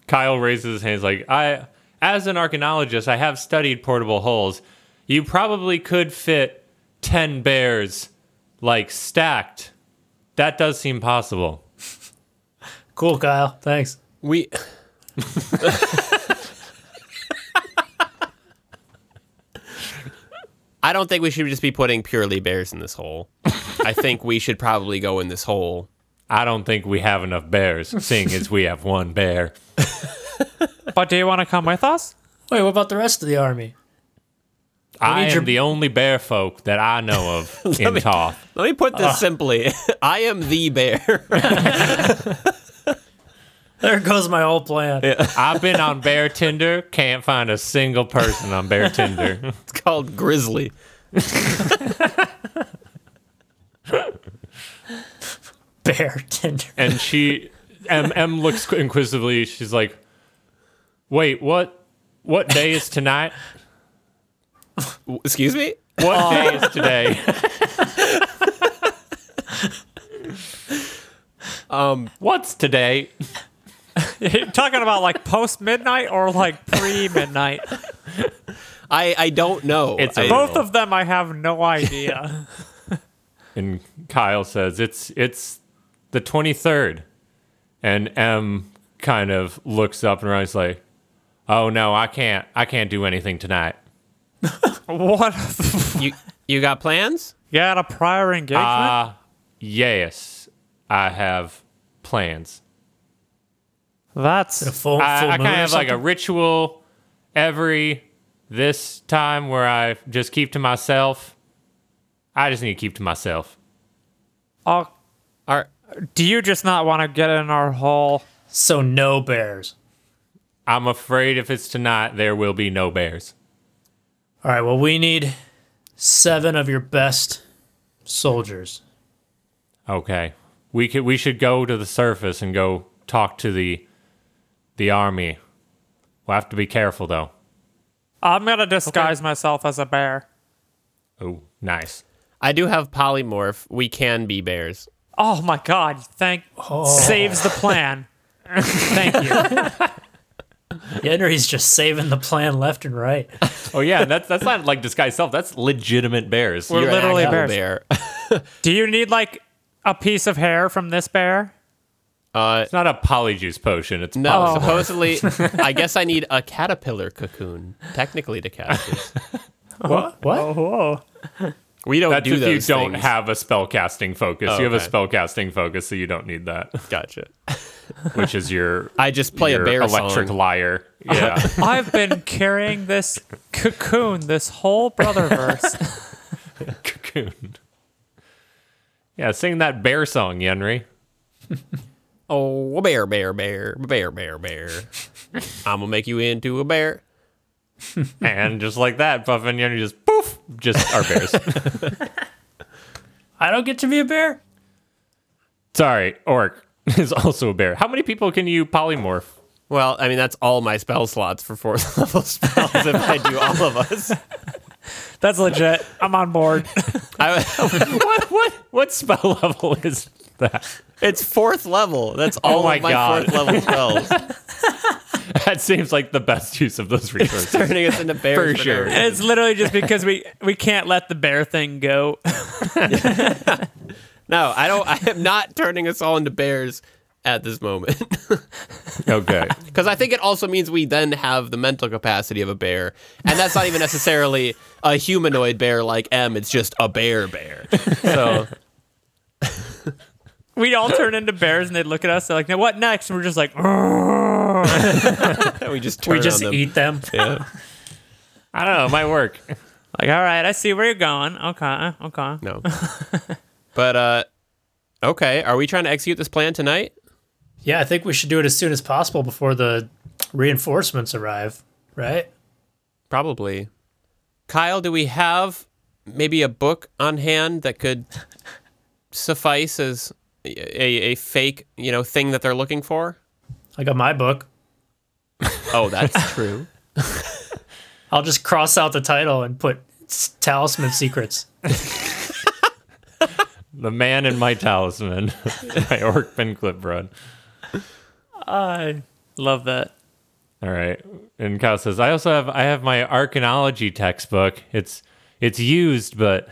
Speaker 2: Kyle raises his hands like, I, as an archaeologist, I have studied portable holes. You probably could fit 10 bears like stacked. That does seem possible.
Speaker 3: Cool, Kyle. Thanks.
Speaker 1: We. [LAUGHS] I don't think we should just be putting purely bears in this hole. I think we should probably go in this hole.
Speaker 2: I don't think we have enough
Speaker 1: [LAUGHS]
Speaker 2: bears, seeing as we have one bear.
Speaker 4: But do you want to come with us? [LAUGHS]
Speaker 3: Wait, what about the rest of the army?
Speaker 2: I
Speaker 3: need
Speaker 2: am
Speaker 3: your-
Speaker 2: the only bear folk that I know of in
Speaker 1: me-
Speaker 2: Toth.
Speaker 1: [LAUGHS] Let me put this
Speaker 4: Ah.
Speaker 1: simply [LAUGHS] I am the bear. [LAUGHS]
Speaker 3: There goes my whole plan.
Speaker 2: I've been on bear Tinder, can't find a single person
Speaker 1: [LAUGHS]
Speaker 2: on bear Tinder.
Speaker 1: it's called Grizzly.
Speaker 3: Bear [LAUGHS] Tinder.
Speaker 2: and she M M looks inquisitively. She's like, "Wait, what? What day is tonight?
Speaker 1: W- Excuse me?
Speaker 2: What day is today?" um, what's today?
Speaker 4: You're talking about like post midnight or like pre
Speaker 1: [LAUGHS]
Speaker 4: midnight?
Speaker 1: I, I don't know.
Speaker 2: It's
Speaker 1: I-
Speaker 2: a-
Speaker 4: Both of them, I have no
Speaker 1: [LAUGHS]
Speaker 4: idea.
Speaker 2: And Kyle says, "It's it's the twenty third. And M kind of looks up and Ryan's like, "Oh no, I can't. I can't do anything tonight.
Speaker 4: what? the-
Speaker 1: you, you got plans?
Speaker 4: You had a prior engagement?
Speaker 1: Uh,
Speaker 2: Ah, yes, I have plans."
Speaker 4: That's
Speaker 3: A full, full
Speaker 2: I, I
Speaker 3: moon.
Speaker 2: kind of
Speaker 3: or
Speaker 2: have like a
Speaker 3: something?
Speaker 2: ritual every this time where I just keep to myself. I just need to keep to myself.
Speaker 4: Oh,
Speaker 1: Are,
Speaker 4: do you just not want to get in our hole?
Speaker 3: so no bears.
Speaker 2: I'm afraid if it's tonight, there will be no bears.
Speaker 3: All right, well, we need seven of your best soldiers.
Speaker 2: Okay. We could we should go to the surface and go talk to the the army. We'll have to be careful though.
Speaker 4: I'm gonna disguise myself as a bear.
Speaker 2: Oh, nice.
Speaker 1: I do have polymorph. We can be bears.
Speaker 4: Oh my god! Thank saves the [LAUGHS] plan. Thank you.
Speaker 3: Henry's just saving the plan left
Speaker 2: [LAUGHS]
Speaker 3: and right.
Speaker 2: Oh yeah, that's that's not like disguise self. That's legitimate bears.
Speaker 4: We're
Speaker 1: You're an
Speaker 4: literally
Speaker 1: actual
Speaker 4: bears.
Speaker 1: bear.
Speaker 4: Do you need like a piece of hair from this bear?
Speaker 1: Uh,
Speaker 2: it's not a polyjuice potion. It's
Speaker 1: no,
Speaker 4: Oh. [LAUGHS]
Speaker 1: supposedly, I guess I need a caterpillar cocoon. Technically, to caterpillars.
Speaker 3: What?
Speaker 4: Whoa!
Speaker 1: We don't
Speaker 2: That's
Speaker 1: do
Speaker 2: if
Speaker 1: those
Speaker 2: you don't
Speaker 1: things.
Speaker 2: have a spellcasting focus.
Speaker 1: Oh,
Speaker 2: you have a
Speaker 1: okay.
Speaker 2: spellcasting focus, so you don't need that,
Speaker 1: Gotcha.
Speaker 2: which is your
Speaker 1: [LAUGHS] I just play
Speaker 2: your
Speaker 1: a bear
Speaker 2: electric
Speaker 1: song. [LAUGHS]
Speaker 2: liar. Yeah. [LAUGHS]
Speaker 4: I've been carrying this cocoon this whole brotherverse.
Speaker 2: Cocoon. Yeah, sing that bear song, Yenri.
Speaker 1: Oh, a bear, bear, bear, bear, bear,
Speaker 2: [LAUGHS]
Speaker 1: bear. I'm gonna make you into a bear. [LAUGHS]
Speaker 2: and just like that, Buff and Yenri just poof, just are bears.
Speaker 3: I don't get to be a bear?
Speaker 2: Sorry, Orc [LAUGHS] is also a bear. How many people can you polymorph?
Speaker 1: Well, I mean that's all my spell slots for fourth [LAUGHS] level spells. if I do all of
Speaker 2: [LAUGHS]
Speaker 1: us,
Speaker 4: That's legit. I'm on board.
Speaker 1: I,
Speaker 2: What what what spell [LAUGHS] level is that?
Speaker 1: it's fourth level. That's all
Speaker 2: Oh my
Speaker 1: of my
Speaker 2: God.
Speaker 1: fourth level spells.
Speaker 2: [LAUGHS] That seems like the best use of those
Speaker 1: [LAUGHS]
Speaker 2: resources.
Speaker 1: Turning us into bears.
Speaker 2: For
Speaker 1: but
Speaker 2: sure.
Speaker 1: they're-
Speaker 4: It's literally just because we we can't let the bear thing go.
Speaker 1: No, I don't. I am not turning us all into bears at this moment [LAUGHS]
Speaker 2: Okay.
Speaker 1: because I think it also means we then have the mental capacity of a bear, and that's not even necessarily a humanoid bear like M. It's just a bear bear. So
Speaker 4: [LAUGHS] We all turn into bears and they look at us. They're like, "Now what next?" And we're just like, "Urgh."
Speaker 1: we just turn
Speaker 3: We just
Speaker 1: on them.
Speaker 3: eat them.
Speaker 1: Yeah.
Speaker 2: I don't know, it might work.
Speaker 4: like, "All right, I see where you're going. Okay, okay."
Speaker 1: No. but uh okay, are we trying to execute this plan tonight?
Speaker 3: Yeah, I think we should do it as soon as possible before the reinforcements arrive, right?
Speaker 1: Probably. Kyle, do we have maybe a book on hand that could suffice as a, a fake, you know, thing that they're looking for?
Speaker 3: I got my book.
Speaker 1: Oh, that's [LAUGHS] true.
Speaker 3: I'll just cross out the title and put s- Talisman Secrets.
Speaker 2: The man in my talisman. [LAUGHS] my orc pin clip run.
Speaker 4: I love that.
Speaker 2: All right. And Kyle says, I also have I have my archaeology textbook. It's it's used, but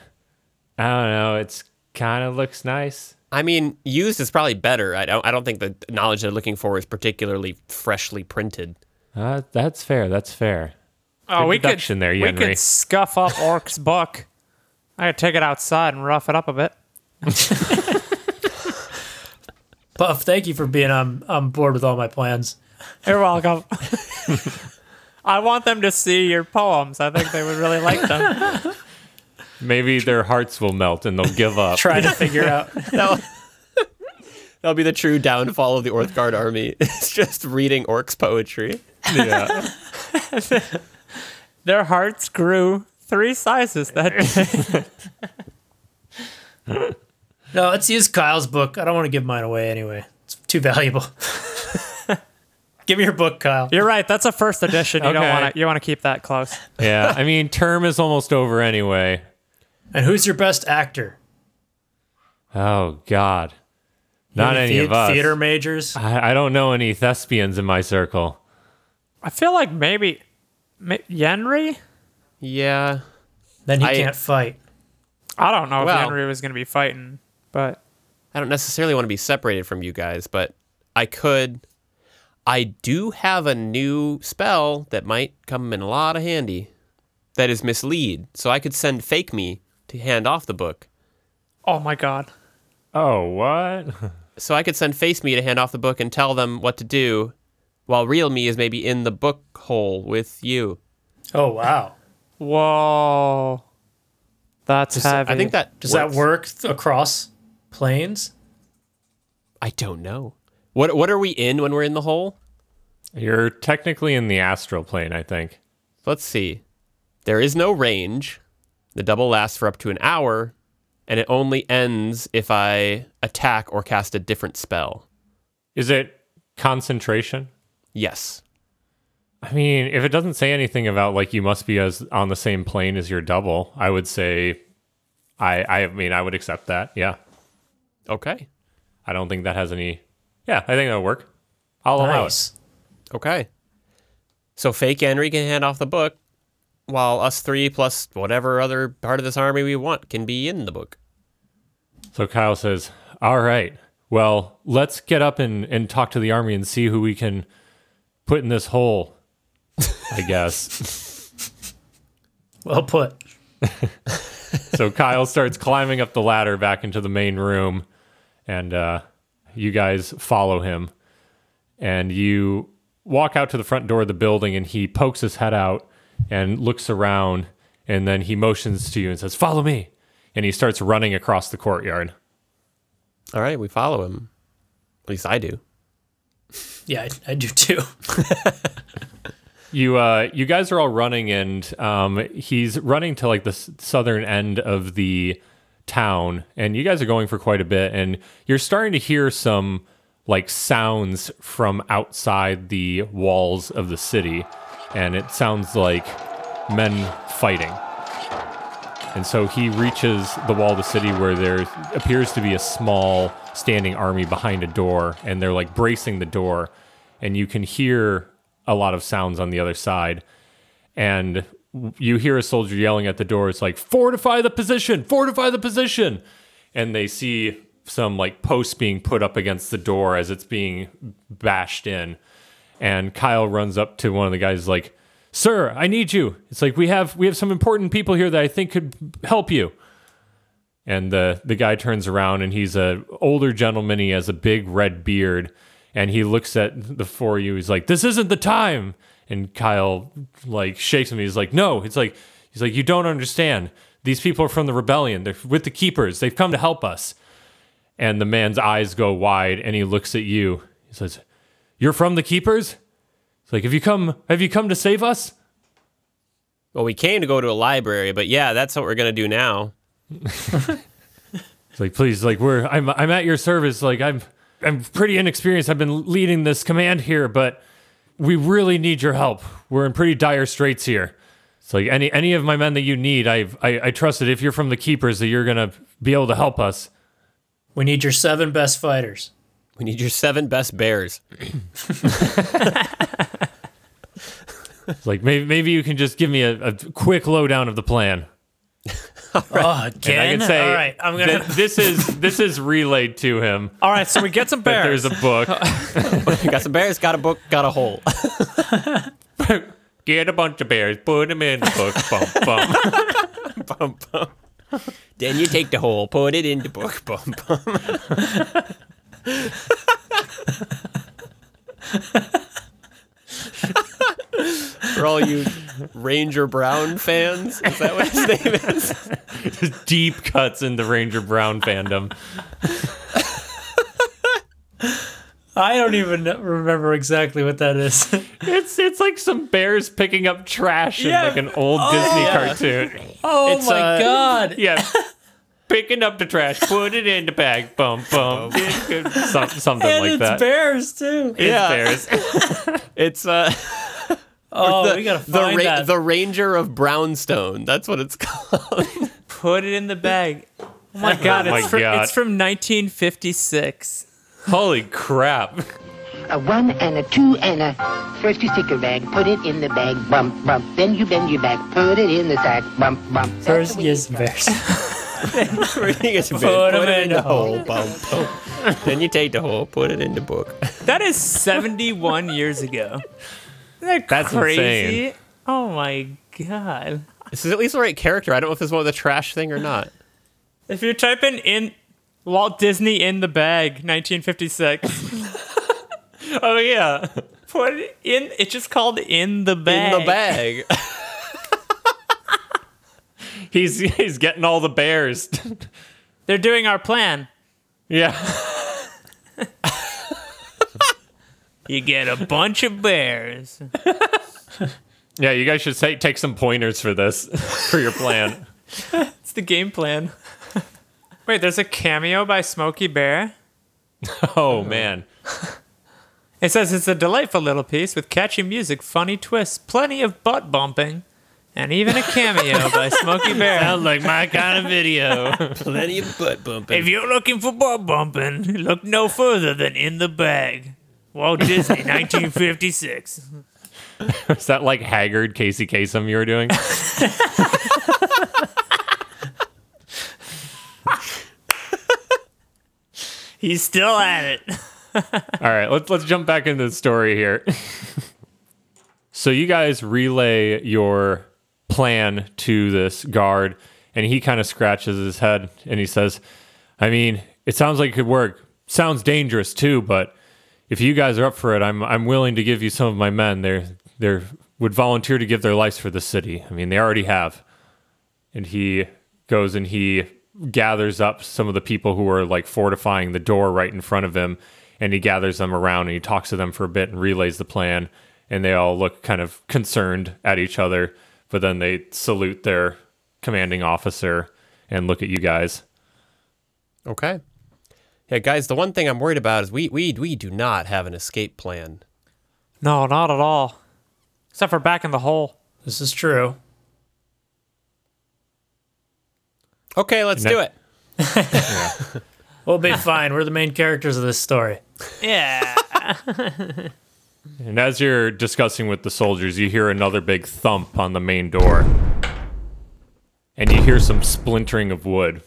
Speaker 2: I don't know, it's kinda looks nice.
Speaker 1: I mean, used is probably better. I don't I don't think the knowledge they're looking for is particularly freshly printed.
Speaker 2: Uh, that's fair, that's fair.
Speaker 4: Oh, we could,
Speaker 2: deduction there,
Speaker 4: we
Speaker 2: Yenri.
Speaker 4: could scuff up Orc's book. I could take it outside and rough it up a bit.
Speaker 3: Puff, thank you for being on, on board with all my plans.
Speaker 4: You're welcome. I want them to see your poems. I think they would really like them.
Speaker 2: Maybe their hearts will melt and they'll give up.
Speaker 3: Trying to figure
Speaker 1: [LAUGHS]
Speaker 3: out.
Speaker 1: That'll, that'll be the true downfall of the Orthgard army. [LAUGHS] It's just reading orcs poetry.
Speaker 2: yeah.
Speaker 4: Their hearts grew three sizes that day.
Speaker 3: No, let's use Kyle's book. I don't want to give mine away anyway. It's too valuable. [LAUGHS] give me your book, Kyle.
Speaker 4: You're right. That's a first edition. You don't
Speaker 2: Okay.
Speaker 4: want to. You want to keep that close.
Speaker 2: Yeah. I mean, term is almost over anyway.
Speaker 3: And who's your best actor?
Speaker 2: Oh God. Not any
Speaker 3: thea-
Speaker 2: of us.
Speaker 3: Theater majors.
Speaker 2: I, I don't know any thespians in my circle.
Speaker 4: I feel like maybe, ma- Yenri.
Speaker 1: Yeah.
Speaker 3: Then he
Speaker 1: I-
Speaker 3: can't fight.
Speaker 4: I don't know
Speaker 1: Well-
Speaker 4: if Yenri was going to be fighting, but
Speaker 1: I don't necessarily want to be separated from you guys, but I could. I do have a new spell that might come in a lot of handy. That is mislead, so I could send fake me to hand off the book.
Speaker 4: oh my god,
Speaker 2: Oh what?
Speaker 1: So I could send face me to hand off the book and tell them what to do, while real me is maybe in the book hole with you.
Speaker 3: Oh wow.
Speaker 4: whoa, that's
Speaker 1: Does-
Speaker 4: heavy.
Speaker 1: I think that
Speaker 3: Does
Speaker 1: works.
Speaker 3: that work th- across planes?
Speaker 1: I don't know. What what are we in when we're in the hole?
Speaker 2: [LAUGHS] You're technically in the astral plane, I think.
Speaker 1: Let's see. There is no range. The double lasts for up to an hour, and it only ends if I attack or cast a different spell.
Speaker 2: Is it concentration?
Speaker 1: Yes.
Speaker 2: I mean, if it doesn't say anything about like you must be as on the same plane as your double, I would say, I I mean, I would accept that. Yeah,
Speaker 1: Okay.
Speaker 2: I don't think that has any. Yeah, I think that'll work. I'll allow it.
Speaker 3: Nice.
Speaker 1: Okay. So fake Henry can hand off the book, while us three plus whatever other part of this army we want can be in the book.
Speaker 2: So Kyle says, "All right, well, let's get up and and talk to the army and see who we can put in this hole." I guess.
Speaker 3: Well put.
Speaker 2: so Kyle starts climbing up the ladder back into the main room, and uh, you guys follow him. And you walk out to the front door of the building, and he pokes his head out and looks around, and then he motions to you and says, "Follow me." And he starts running across the courtyard.
Speaker 1: All right, we follow him. At least I do.
Speaker 3: Yeah, I, I do too. [LAUGHS]
Speaker 2: You uh, you guys are all running, and um, he's running to like the s- southern end of the town, and you guys are going for quite a bit, and you're starting to hear some like sounds from outside the walls of the city, and it sounds like men fighting. And so he reaches the wall of the city where there appears to be a small standing army behind a door, and they're like bracing the door. And you can hear a lot of sounds on the other side. And you hear a soldier yelling at the door, it's like, fortify the position, fortify the position. And they see some like posts being put up against the door as it's being bashed in and Kyle runs up to one of the guys like, "Sir, I need you." It's like we have we have some important people here that I think could help you. And the the guy turns around and he's a older gentleman. He has a big red beard, and he looks at the four of you. He's like, "This isn't the time." And Kyle like shakes him. He's like, "No." It's like he's like, "You don't understand. These people are from the rebellion. They're with the keepers. They've come to help us." And the man's eyes go wide, and he looks at you. He says, "You're from the keepers." It's like, "Have you come? Have you come to save us?"
Speaker 1: Well, we came to go to a library, but yeah, that's what we're gonna do now.
Speaker 2: It's like, please, like we're I'm I'm at your service. Like I'm I'm pretty inexperienced. I've been leading this command here, but we really need your help. We're in pretty dire straits here. It's like any any of my men that you need, I've I, I trust that if you're from the keepers that you're gonna be able to help us.
Speaker 3: We need your seven best fighters.
Speaker 1: We need your seven best bears. [LAUGHS]
Speaker 2: It's like maybe maybe you can just give me a, a quick lowdown of the plan.
Speaker 3: Oh,
Speaker 2: And I
Speaker 3: again?
Speaker 2: can say
Speaker 3: All right, I'm gonna.
Speaker 2: that this is this is relayed to him.
Speaker 4: All right, so we get some
Speaker 2: That
Speaker 4: bears.
Speaker 2: there's a book.
Speaker 3: [LAUGHS]
Speaker 1: got some bears, got a book, got a hole. [LAUGHS]
Speaker 2: Get a bunch of bears, put them in the book. Bum, bum.
Speaker 1: bum,
Speaker 3: [LAUGHS]
Speaker 1: bum. Then you take the hole, put it in the book, bum, bum. [LAUGHS] For all you Ranger Brown fans, is that what his name is?
Speaker 2: deep cuts into Ranger Brown fandom.
Speaker 3: I don't even remember exactly what that is.
Speaker 2: It's it's like some bears picking up trash
Speaker 4: Yeah.
Speaker 2: in like an old Disney cartoon.
Speaker 3: [LAUGHS] oh
Speaker 1: It's,
Speaker 3: my
Speaker 1: uh,
Speaker 3: god!
Speaker 2: Yeah. Picking up the trash, put it in the bag, bum bum, Some, something
Speaker 3: and
Speaker 2: like
Speaker 3: it's
Speaker 2: that.
Speaker 3: bears too.
Speaker 2: It's
Speaker 1: Yeah.
Speaker 2: bears.
Speaker 1: It's uh,
Speaker 3: oh,
Speaker 1: the,
Speaker 3: we gotta
Speaker 1: the,
Speaker 3: find
Speaker 1: Ra-
Speaker 3: that.
Speaker 1: the Ranger of Brownstone. That's what it's called. [LAUGHS]
Speaker 4: Put it in the bag. Oh my god,
Speaker 2: my
Speaker 4: it's, from,
Speaker 2: God.
Speaker 4: it's from 1956.
Speaker 2: Holy crap!
Speaker 5: A one and a two and a. First you stick a rag, put it in the bag, bump, bump. Then you bend your back, put it in the sack, bump, bump. That's
Speaker 3: Bears
Speaker 5: the way
Speaker 3: is
Speaker 5: you
Speaker 3: bears. [LAUGHS]
Speaker 1: Put
Speaker 3: Put
Speaker 1: it
Speaker 3: 'em in
Speaker 1: in
Speaker 3: the
Speaker 1: the hole, bum, bum. Then you take the hole, put it in the book.
Speaker 4: That is 71 years ago. [LAUGHS] Isn't that
Speaker 2: That's
Speaker 4: crazy?
Speaker 2: insane.
Speaker 4: Oh my god.
Speaker 1: This is at least the right character. I don't know if this is one with the trash thing or not.
Speaker 4: If you type in in Walt Disney in the bag 1956,
Speaker 2: Oh yeah,
Speaker 4: [LAUGHS] put it in it's just called in the bag.
Speaker 1: In the bag. [LAUGHS]
Speaker 2: he's he's getting all the bears. [LAUGHS]
Speaker 4: They're doing our plan.
Speaker 2: yeah,
Speaker 4: You get [LAUGHS] a bunch of bears.
Speaker 2: yeah. You guys should say, [LAUGHS] take some pointers for this for your plan.
Speaker 4: It's the game plan. [LAUGHS] Wait, there's a cameo by Smokey Bear.
Speaker 2: Oh man,
Speaker 4: It says it's a delightful little piece with catchy music, funny twists, plenty of butt bumping, and even
Speaker 1: [LAUGHS]
Speaker 4: a cameo by Smokey Bear.
Speaker 3: Sounds like my kind of video.
Speaker 1: Plenty of butt bumping.
Speaker 4: If you're looking for butt bumping, look no further than in the bag. Walt Disney, [LAUGHS] 1956.
Speaker 2: is that like haggard Casey Kasem you were doing?
Speaker 4: He's still at it.
Speaker 2: All right, let's let's jump back into the story here. so you guys relay your plan to this guard, and he kind of scratches his head and he says, "I mean, it sounds like it could work. Sounds dangerous too, but if you guys are up for it, I'm I'm willing to give you some of my men. They're they're would volunteer to give their lives for the city. I mean, they already have." And he goes and he gathers up some of the people who are like fortifying the door right in front of him and he gathers them around and he talks to them for a bit and relays the plan and they all look kind of concerned at each other but then they salute their commanding officer and look at you guys
Speaker 1: Okay. Yeah, guys, the one thing I'm worried about is we we we do not have an escape plan.
Speaker 4: [LAUGHS] No, not at all. Except for back in the hole.
Speaker 3: this is true.
Speaker 1: Okay, let's
Speaker 2: No.
Speaker 1: do it. [LAUGHS]
Speaker 3: We'll be fine. We're the main characters of this story.
Speaker 4: Yeah.
Speaker 2: and as you're discussing with the soldiers you hear another big thump on the main door and you hear some splintering of wood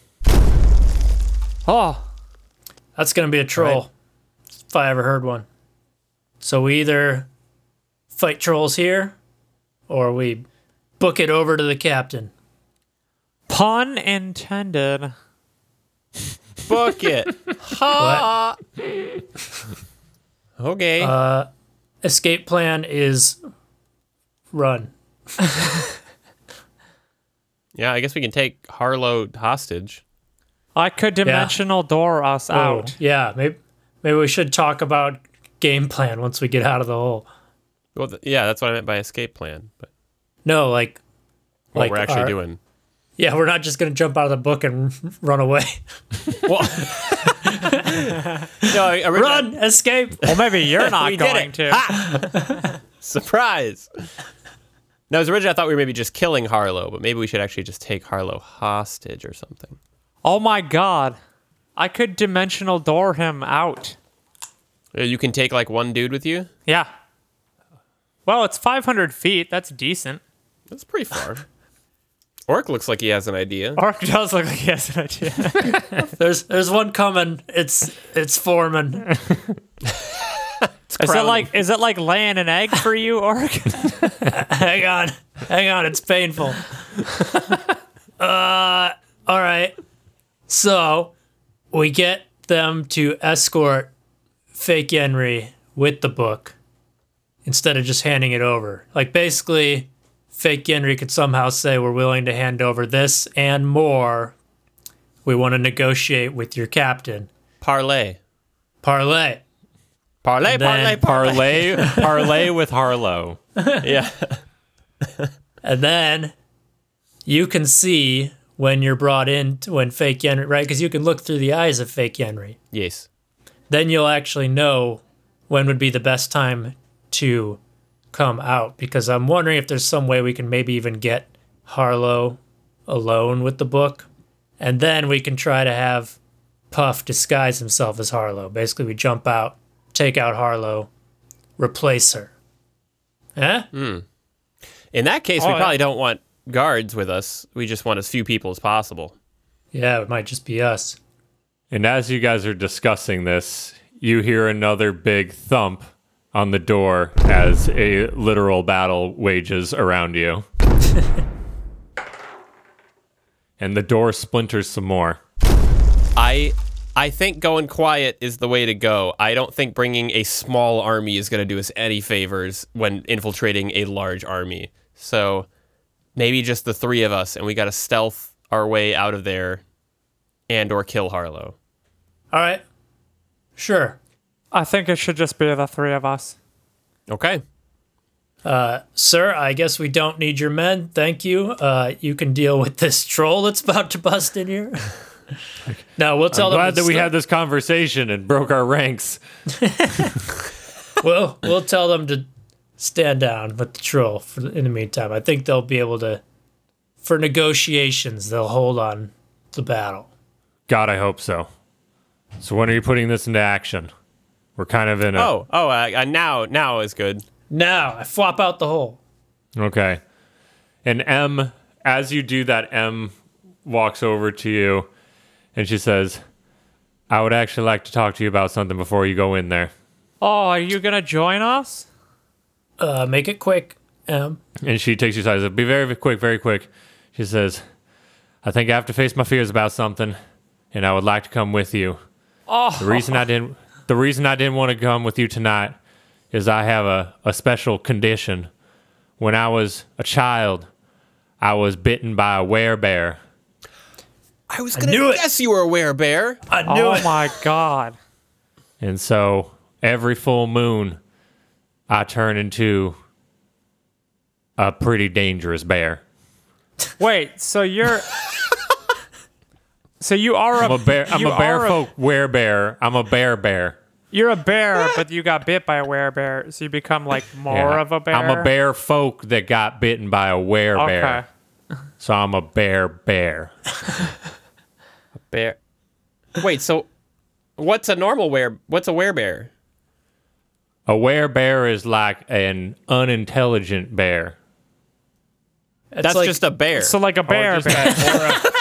Speaker 4: oh,
Speaker 3: That's gonna be a troll, if I ever heard one. So we either fight trolls here, or we book it over to the captain.
Speaker 4: pun intended.
Speaker 1: Book it. [LAUGHS]
Speaker 3: But
Speaker 1: Okay.
Speaker 3: Uh, escape plan is run.
Speaker 1: yeah, I guess we can take Harlow hostage.
Speaker 4: I could dimensional door us out.
Speaker 3: Yeah, maybe maybe we should talk about game plan once we get out of the hole.
Speaker 1: Well, th- yeah, that's what I meant by escape plan. But
Speaker 3: No, like
Speaker 1: what
Speaker 3: Like
Speaker 1: we're actually
Speaker 3: our- [LAUGHS]
Speaker 1: doing.
Speaker 3: yeah, we're not just gonna jump out of the book and [LAUGHS] run away.
Speaker 1: Well, no, I, I read-
Speaker 3: Run, [LAUGHS] escape.
Speaker 4: Well, maybe
Speaker 1: [LAUGHS]
Speaker 4: you're not
Speaker 1: We did
Speaker 4: going
Speaker 1: it.
Speaker 4: to.
Speaker 3: [LAUGHS]
Speaker 1: Surprise! No, as originally I thought we were maybe just killing Harlow, but maybe we should actually just take Harlow hostage or something.
Speaker 4: Oh my god. I could dimensional door him out.
Speaker 1: Uh, You can take like one dude with you.
Speaker 4: Yeah. Well, it's 500 feet. That's decent.
Speaker 1: That's pretty
Speaker 3: [LAUGHS]
Speaker 1: far. Orc looks like he has an idea.
Speaker 4: Orc does look like he has an idea.
Speaker 3: There's there's one coming. It's it's forming.
Speaker 4: Is it
Speaker 1: crowded.
Speaker 4: like is it like laying an egg for you, [LAUGHS] Orc?
Speaker 3: Hang on, hang on. It's painful. [LAUGHS] Uh, all right. So we get them to escort fake Henry with the book instead of just handing it over. Like basically, fake Henry could somehow say we're willing to hand over this and more. We want to negotiate with your captain.
Speaker 1: Parlay.
Speaker 3: Parlay.
Speaker 1: Parlay, parlay,
Speaker 3: then-
Speaker 1: parlay.
Speaker 2: parlay
Speaker 1: [LAUGHS]
Speaker 2: parlay with harlow
Speaker 1: Yeah.
Speaker 3: And then you can see when you're brought in, to- when fake Henry, right? Because you can look through the eyes of fake Henry.
Speaker 1: Yes.
Speaker 3: Then you'll actually know when would be the best time to come out. Because I'm wondering if there's some way we can maybe even get Harlow alone with the book. And then we can try to have Puff disguise himself as Harlow. Basically, we jump out, take out Harlow, replace her. Eh? Huh?
Speaker 1: In that case, we
Speaker 4: yeah.
Speaker 1: probably don't want guards with us. We just want as few people as possible.
Speaker 3: Yeah, it might just be us.
Speaker 2: And as you guys are discussing this, you hear another big thump on the door as a literal battle wages around you. [LAUGHS] and the door splinters some more.
Speaker 1: I I think going quiet is the way to go. I don't think bringing a small army is going to do us any favors when infiltrating a large army. So maybe just the three of us and we got to stealth our way out of there and or kill Harlow.
Speaker 3: All right. Sure.
Speaker 4: I think it should just be the three of us.
Speaker 1: Okay.
Speaker 3: Sir, I guess we [LAUGHS] don't need your men. Thank you. Uh, you can deal with this troll that's about to bust in here. No, we'll tell
Speaker 2: I'm
Speaker 3: them.
Speaker 2: glad that
Speaker 3: it's
Speaker 2: we
Speaker 3: the-
Speaker 2: had this conversation and broke our ranks.
Speaker 3: [LAUGHS] We'll we'll tell them to stand down with the troll for, in the meantime. I think they'll be able to, for negotiations, they'll hold on the battle.
Speaker 2: God, I hope so. So when are you putting this into action? We're kind of in a
Speaker 1: Oh, oh, uh, uh, now now is good.
Speaker 3: Now I flop out the hole.
Speaker 2: Okay. And M, as you do that, M walks over to you and she says, I would actually like to talk to you about something before you go in there.
Speaker 4: Oh, are you gonna join us?
Speaker 3: Uh, make it quick, M.
Speaker 2: And she takes you aside and says, Be very quick, very quick. She says, I think I have to face my fears about something, and I would like to come with you. The
Speaker 4: Oh,
Speaker 2: reason I didn't the reason I didn't want to come with you tonight is I have a, a special condition. When I was a child, I was bitten by a werebear.
Speaker 1: I was
Speaker 3: knew
Speaker 1: gonna
Speaker 3: it.
Speaker 1: guess you were a werebear.
Speaker 3: I knew
Speaker 4: oh
Speaker 3: it.
Speaker 4: my god.
Speaker 2: And so every full moon, I turn into a pretty dangerous bear.
Speaker 4: Wait, so you're So you are
Speaker 2: I'm
Speaker 4: a,
Speaker 2: a bear. I'm
Speaker 4: you
Speaker 2: a bear
Speaker 4: are
Speaker 2: folk wear bear. I'm a bear bear.
Speaker 4: You're a bear, but you got bit by a werebear, so you become like more
Speaker 2: Yeah.
Speaker 4: of a bear.
Speaker 2: I'm a bear folk that got bitten by a wear
Speaker 4: Okay.
Speaker 2: bear. So I'm a bear bear.
Speaker 1: Bear. Wait, so what's a normal were? What's a werebear?
Speaker 2: A wear bear is like an unintelligent bear.
Speaker 3: It's
Speaker 1: That's
Speaker 3: like-
Speaker 1: just a bear.
Speaker 4: So like a
Speaker 2: Or
Speaker 4: bear,
Speaker 2: just
Speaker 4: bear.
Speaker 2: that- or
Speaker 4: [LAUGHS]
Speaker 2: a-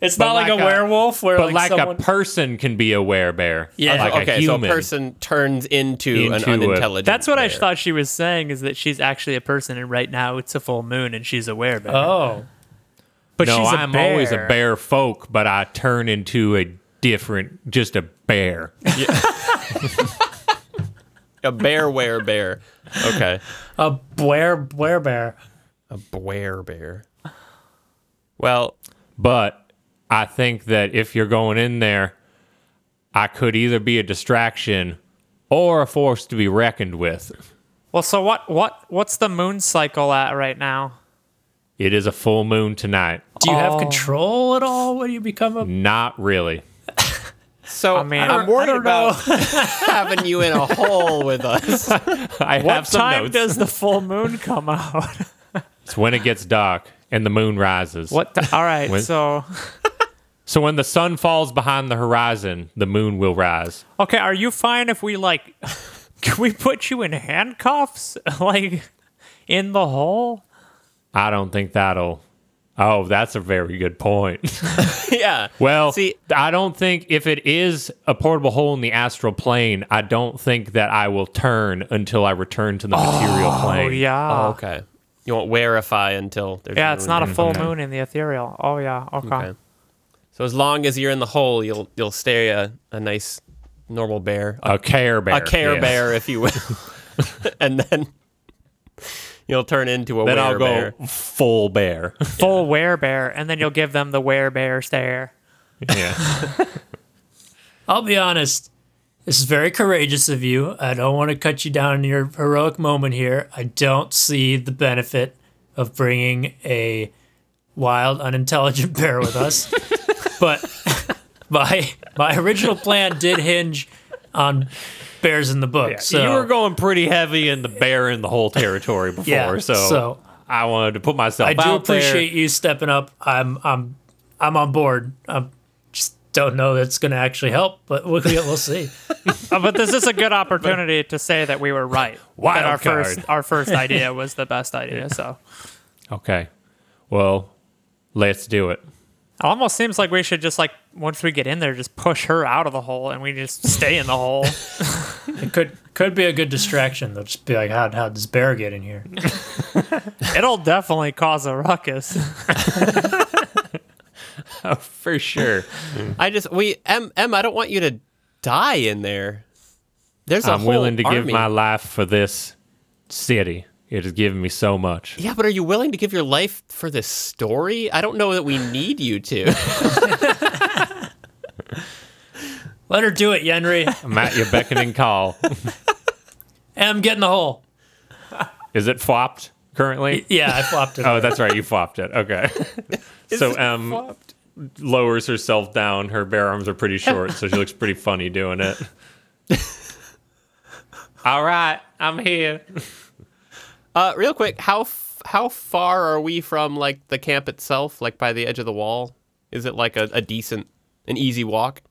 Speaker 3: It's not like,
Speaker 2: like
Speaker 3: a,
Speaker 2: a-
Speaker 3: werewolf where
Speaker 2: but
Speaker 3: like,
Speaker 2: like,
Speaker 3: someone.
Speaker 2: a person can be a wear bear.
Speaker 3: Yeah.
Speaker 2: Like
Speaker 1: okay,
Speaker 2: a human.
Speaker 1: so a person turns into,
Speaker 2: Into a-
Speaker 1: an unintelligent.
Speaker 4: That's what I
Speaker 1: bear.
Speaker 4: thought she was saying is that she's actually a person, and right now it's a full moon, and she's a werebear.
Speaker 3: oh,
Speaker 4: but
Speaker 2: no,
Speaker 4: she's a
Speaker 2: I'm always a bear folk, but I turn into a different, just a [LAUGHS] bear.
Speaker 1: A bear werebear. Okay,
Speaker 3: a were werebear.
Speaker 1: a werebear. Well,
Speaker 2: but I think that if you're going in there, I could either be a distraction or a force to be reckoned with.
Speaker 4: Well, so what? What? What's the moon cycle at right now?
Speaker 2: It is a full moon tonight.
Speaker 3: Do you
Speaker 4: Oh.
Speaker 3: have control at all when you become a?
Speaker 2: Not really.
Speaker 1: so I
Speaker 4: mean, I
Speaker 1: I'm
Speaker 4: don't- I
Speaker 1: worried
Speaker 4: don't
Speaker 1: about [LAUGHS] having you in a hole with us. [LAUGHS]
Speaker 2: I
Speaker 4: What
Speaker 2: have some
Speaker 4: time
Speaker 2: notes.
Speaker 4: does the full moon come out?
Speaker 2: it's when it gets dark and the moon rises.
Speaker 4: what? ti- all right,
Speaker 2: When-
Speaker 4: so
Speaker 2: So when the sun falls behind the horizon, the moon will rise.
Speaker 4: okay, are you fine if we like? [LAUGHS] Can we put you in handcuffs, [LAUGHS] like in the hole?
Speaker 2: I don't think that'll. Oh, that's a very good point.
Speaker 1: yeah.
Speaker 2: Well,
Speaker 1: See-
Speaker 2: I don't think if it is a portable hole in the astral plane, I don't think that I will turn until I return to the material plane.
Speaker 4: Oh yeah,
Speaker 1: Oh, okay. You won't wearify until there's
Speaker 4: yeah. It's
Speaker 1: moon
Speaker 4: not a
Speaker 1: there.
Speaker 4: full moon in the ethereal. Oh yeah, okay.
Speaker 1: Okay. So as long as you're in the hole, you'll you'll stay a, a nice normal bear, a,
Speaker 2: A care bear.
Speaker 1: a care
Speaker 2: yes.
Speaker 1: bear, if you will,
Speaker 2: [LAUGHS]
Speaker 1: and then you'll turn into a
Speaker 2: Then I'll
Speaker 1: werebear.
Speaker 2: go full bear. [LAUGHS]
Speaker 4: Full werebear, and then you'll give them the werebear stare.
Speaker 2: yeah.
Speaker 3: I'll be honest. This is very courageous of you. I don't want to cut you down in your heroic moment here. I don't see the benefit of bringing a wild, unintelligent bear with
Speaker 2: [LAUGHS]
Speaker 3: us. but my my original plan did hinge on bears in the book. so
Speaker 2: you were going pretty heavy in the bear in the whole [LAUGHS] territory before,
Speaker 3: Yeah,
Speaker 2: so,
Speaker 3: so-
Speaker 2: I wanted to put myself
Speaker 3: I
Speaker 2: out
Speaker 3: do
Speaker 2: there.
Speaker 3: appreciate you stepping up. I'm I'm I'm on board. I just don't know that's going to actually help, but we'll, we'll see.
Speaker 4: Uh, but this is
Speaker 3: [LAUGHS]
Speaker 4: a good opportunity to say that we were right.
Speaker 2: Wild
Speaker 4: that our
Speaker 2: card.
Speaker 4: first
Speaker 3: [LAUGHS]
Speaker 4: our first idea was the best idea. So
Speaker 2: Okay. Well, let's do it.
Speaker 4: it almost seems like we should just like once we get in there, just push her out of the hole and we just stay in the hole.
Speaker 3: [LAUGHS] It could could be a good distraction. They'll just be like, "How how does bear get in here?"
Speaker 4: It'll definitely cause a ruckus.
Speaker 2: For [LAUGHS] sure.
Speaker 1: I just we M M. I don't want you to die in there. There's a
Speaker 2: I'm
Speaker 1: whole
Speaker 2: willing to give
Speaker 1: army.
Speaker 2: my life for this city. It has given me so much.
Speaker 1: Yeah, but are you willing to give your life for this story? I don't know that we need you
Speaker 2: [LAUGHS]
Speaker 1: to.
Speaker 3: [LAUGHS] Let her do it,
Speaker 4: [LAUGHS]
Speaker 3: Yenri.
Speaker 2: I'm at your [LAUGHS] beckoning call.
Speaker 3: M, get in the hole.
Speaker 2: Is it flopped currently?
Speaker 3: Yeah, I flopped
Speaker 2: [LAUGHS]
Speaker 3: it.
Speaker 2: Oh, that's right. You flopped it. Okay. so, um, lowers herself down. Her bare arms are pretty short, so she looks [LAUGHS] pretty funny doing it. All right, I'm here.
Speaker 1: Uh, real quick, how f- how far are we from like the camp itself? Like by the edge of the wall? Is it like a, a decent, an easy walk?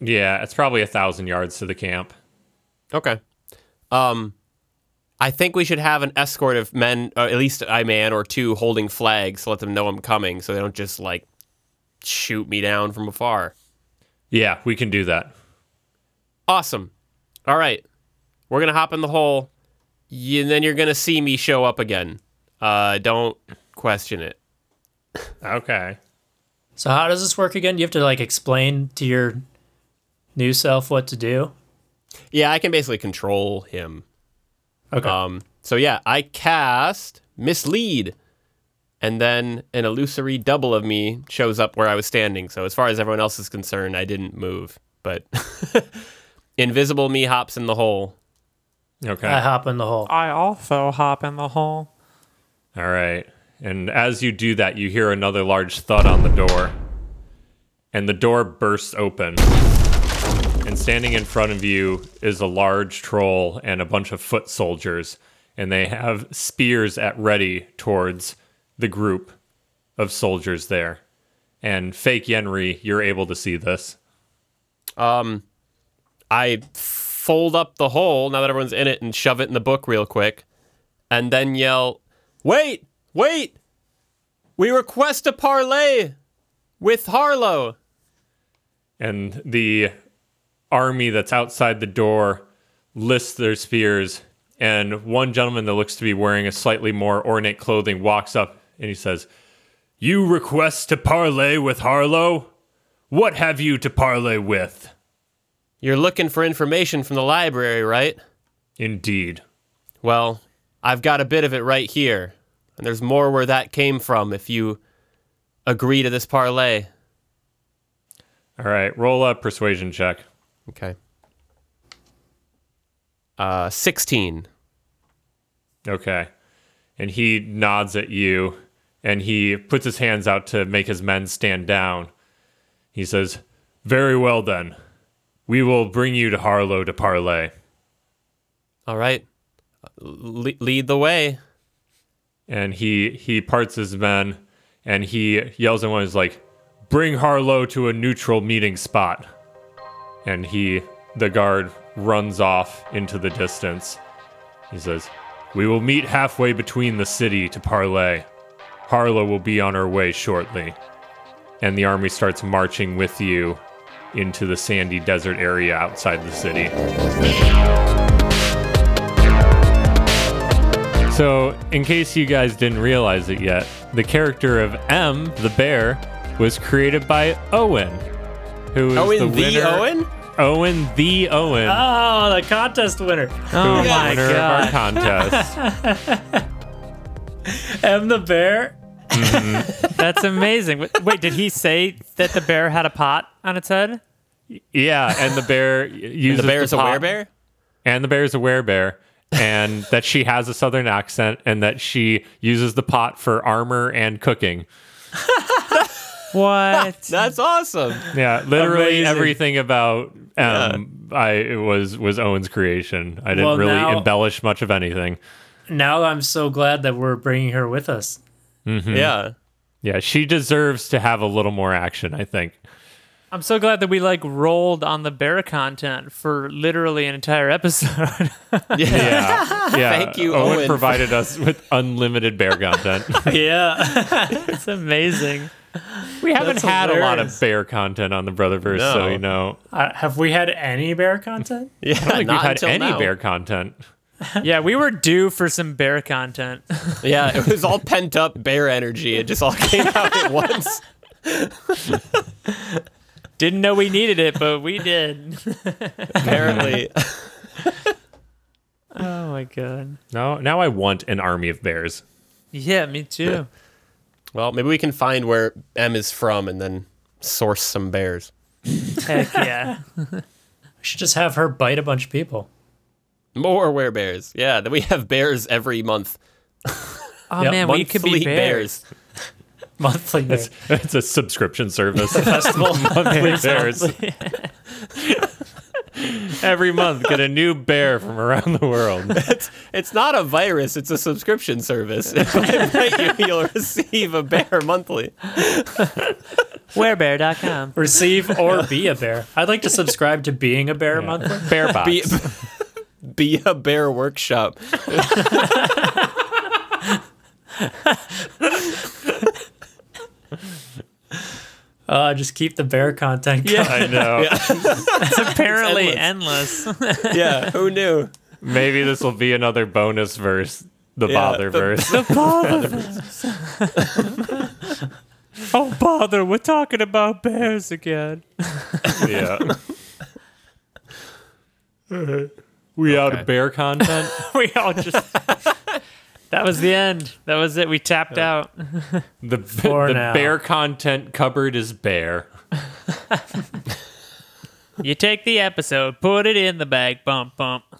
Speaker 2: Yeah, it's probably a thousand yards to the camp.
Speaker 1: Okay. Um, I think we should have an escort of men, uh, at least a man or two, holding flags to let them know I'm coming, so they don't just like shoot me down from afar.
Speaker 2: Yeah, we can do that.
Speaker 1: Awesome. All right, we're gonna hop in the hole, y- and then you're gonna see me show up again. Uh, don't question it.
Speaker 2: Okay.
Speaker 3: So how does this work again? You have to like explain to your new self what to do.
Speaker 1: Yeah, I can basically control him.
Speaker 3: Okay.
Speaker 1: Um, so yeah, I cast mislead, and then an illusory double of me shows up where I was standing. So as far as everyone else is concerned, I didn't move, but [LAUGHS] invisible me hops in the hole.
Speaker 2: Okay.
Speaker 3: I hop in the hole.
Speaker 4: [LAUGHS] I also hop in the hole.
Speaker 2: All right. And as you do that, you hear another large thud on the door. And the door bursts open. And standing in front of you is a large troll and a bunch of foot soldiers. And they have spears at ready towards the group of soldiers there. And fake Yenri, you're able to see this.
Speaker 1: I fold up the hole now that everyone's in it and shove it in the book real quick, and then yell, "Wait, wait! We request a parley with Harlow."
Speaker 2: and the army that's outside the door lists their spears and one gentleman that looks to be wearing a slightly more ornate clothing walks up and he says you request to parley with harlow what have you to parley with
Speaker 1: You're looking for information from the library, right?
Speaker 2: indeed
Speaker 1: Well, I've got a bit of it right here, and there's more where that came from if you agree to this parlay.
Speaker 2: all right roll a persuasion check
Speaker 1: Okay. Uh, 16.
Speaker 2: Okay. And he nods at you and he puts his hands out to make his men stand down. He says, Very well then. We will bring you to Harlow to parley.
Speaker 1: All right. Uh, Le- lead the way.
Speaker 2: And he he parts his men and he yells at one who's like, Bring Harlow to a neutral meeting spot. And he the guard runs off into the distance. He says, We will meet halfway between the city to parley. Harlow will be on her way shortly. And the army starts marching with you into the sandy desert area outside the city. So, in case you guys didn't realize it yet, the character of M, the bear, was created by Owen, who is
Speaker 1: Owen
Speaker 2: the
Speaker 1: the,
Speaker 2: winner.
Speaker 1: Owen?
Speaker 2: Owen the Owen.
Speaker 3: Oh, the contest winner.
Speaker 2: who
Speaker 4: Oh
Speaker 2: is
Speaker 4: my
Speaker 2: winner of our
Speaker 4: god.
Speaker 2: contest.
Speaker 3: [LAUGHS] M the bear.
Speaker 4: Mm-hmm. [LAUGHS] That's amazing. Wait- Wait, did he say that the bear had a pot on
Speaker 3: [LAUGHS]
Speaker 4: its head?
Speaker 2: Yeah, and the bear uses
Speaker 1: The bear's a
Speaker 2: pot-
Speaker 1: werebear?
Speaker 2: and the bear's a werebear, and that she has a southern accent, and that she uses the pot for armor and cooking.
Speaker 4: What?
Speaker 1: That's awesome.
Speaker 2: Yeah, literally
Speaker 3: Amazing.
Speaker 2: everything about um, I it was was Owen's creation. I didn't
Speaker 3: Well,
Speaker 2: really
Speaker 3: now-
Speaker 2: embellish much of anything.
Speaker 3: Now I'm so glad that we're bringing her with us.
Speaker 2: Hmm.
Speaker 1: Yeah.
Speaker 2: Yeah, she deserves to have a little more action.
Speaker 1: [LAUGHS]
Speaker 2: I think.
Speaker 4: I'm so glad that we like rolled on the bear content for literally an entire episode.
Speaker 1: Yeah.
Speaker 2: [LAUGHS]
Speaker 3: [LAUGHS]
Speaker 2: Yeah, yeah.
Speaker 1: Thank you,
Speaker 2: Owen.
Speaker 1: Owen, for-
Speaker 2: provided us with unlimited bear content.
Speaker 1: [LAUGHS]
Speaker 3: yeah.
Speaker 4: [LAUGHS] it's amazing.
Speaker 2: we haven't
Speaker 3: That's
Speaker 2: had a lot of
Speaker 3: hilarious.
Speaker 2: bear content on the Brotherverse, so
Speaker 1: No.
Speaker 2: you know.
Speaker 3: Uh, have we had any bear content?
Speaker 1: yeah.
Speaker 2: I don't think we've
Speaker 1: not
Speaker 2: had
Speaker 1: until
Speaker 2: any
Speaker 1: now.
Speaker 2: bear content.
Speaker 4: Yeah, we were due for some bear content. [LAUGHS]
Speaker 1: Yeah, it was all pent up bear energy. It just all [LAUGHS] came out at once.
Speaker 4: Didn't know we needed it, but we did.
Speaker 2: [LAUGHS]
Speaker 1: Apparently.
Speaker 4: Oh my god.
Speaker 2: No, now I want an army of bears. [LAUGHS]
Speaker 4: Yeah, me too.
Speaker 1: well, maybe we can find where M is from and then source some bears.
Speaker 4: Heck yeah.
Speaker 3: We should just have her bite a bunch of people.
Speaker 1: More werebears. Yeah, then we have bears every month.
Speaker 4: Oh
Speaker 3: Yep,
Speaker 4: man, we could be
Speaker 1: Monthly
Speaker 4: bears.
Speaker 3: monthly
Speaker 2: It's, it's a subscription service.
Speaker 3: festival.
Speaker 2: [LAUGHS] Monthly bears. [LAUGHS] Every month, get a new bear from around the world.
Speaker 1: It's not a virus, it's a subscription
Speaker 4: [LAUGHS]
Speaker 1: service. [LAUGHS] If I bite you, you'll receive a bear monthly.
Speaker 4: Werebear.com.
Speaker 3: Receive or be a bear. I'd like to subscribe to being a bear monthly.
Speaker 2: Bear box.
Speaker 1: Be, [LAUGHS] be a bear workshop.
Speaker 3: Uh, just keep the bear content.
Speaker 4: Yeah.
Speaker 2: I know.
Speaker 4: Apparently
Speaker 1: It's
Speaker 4: endless.
Speaker 1: Yeah, who knew?
Speaker 2: Maybe this will be another bonus verse, the
Speaker 1: Yeah,
Speaker 2: bother
Speaker 1: the-
Speaker 4: [LAUGHS]
Speaker 2: verse.
Speaker 4: oh bother, we're talking about bears again.
Speaker 2: yeah. [LAUGHS] We out of bear content.
Speaker 4: [LAUGHS] we all just That was the end. That was it. We tapped out.
Speaker 2: The,
Speaker 3: For
Speaker 2: the
Speaker 3: now.
Speaker 2: bear content cupboard is bare.
Speaker 4: You take the episode, put it in the bag, bump bump.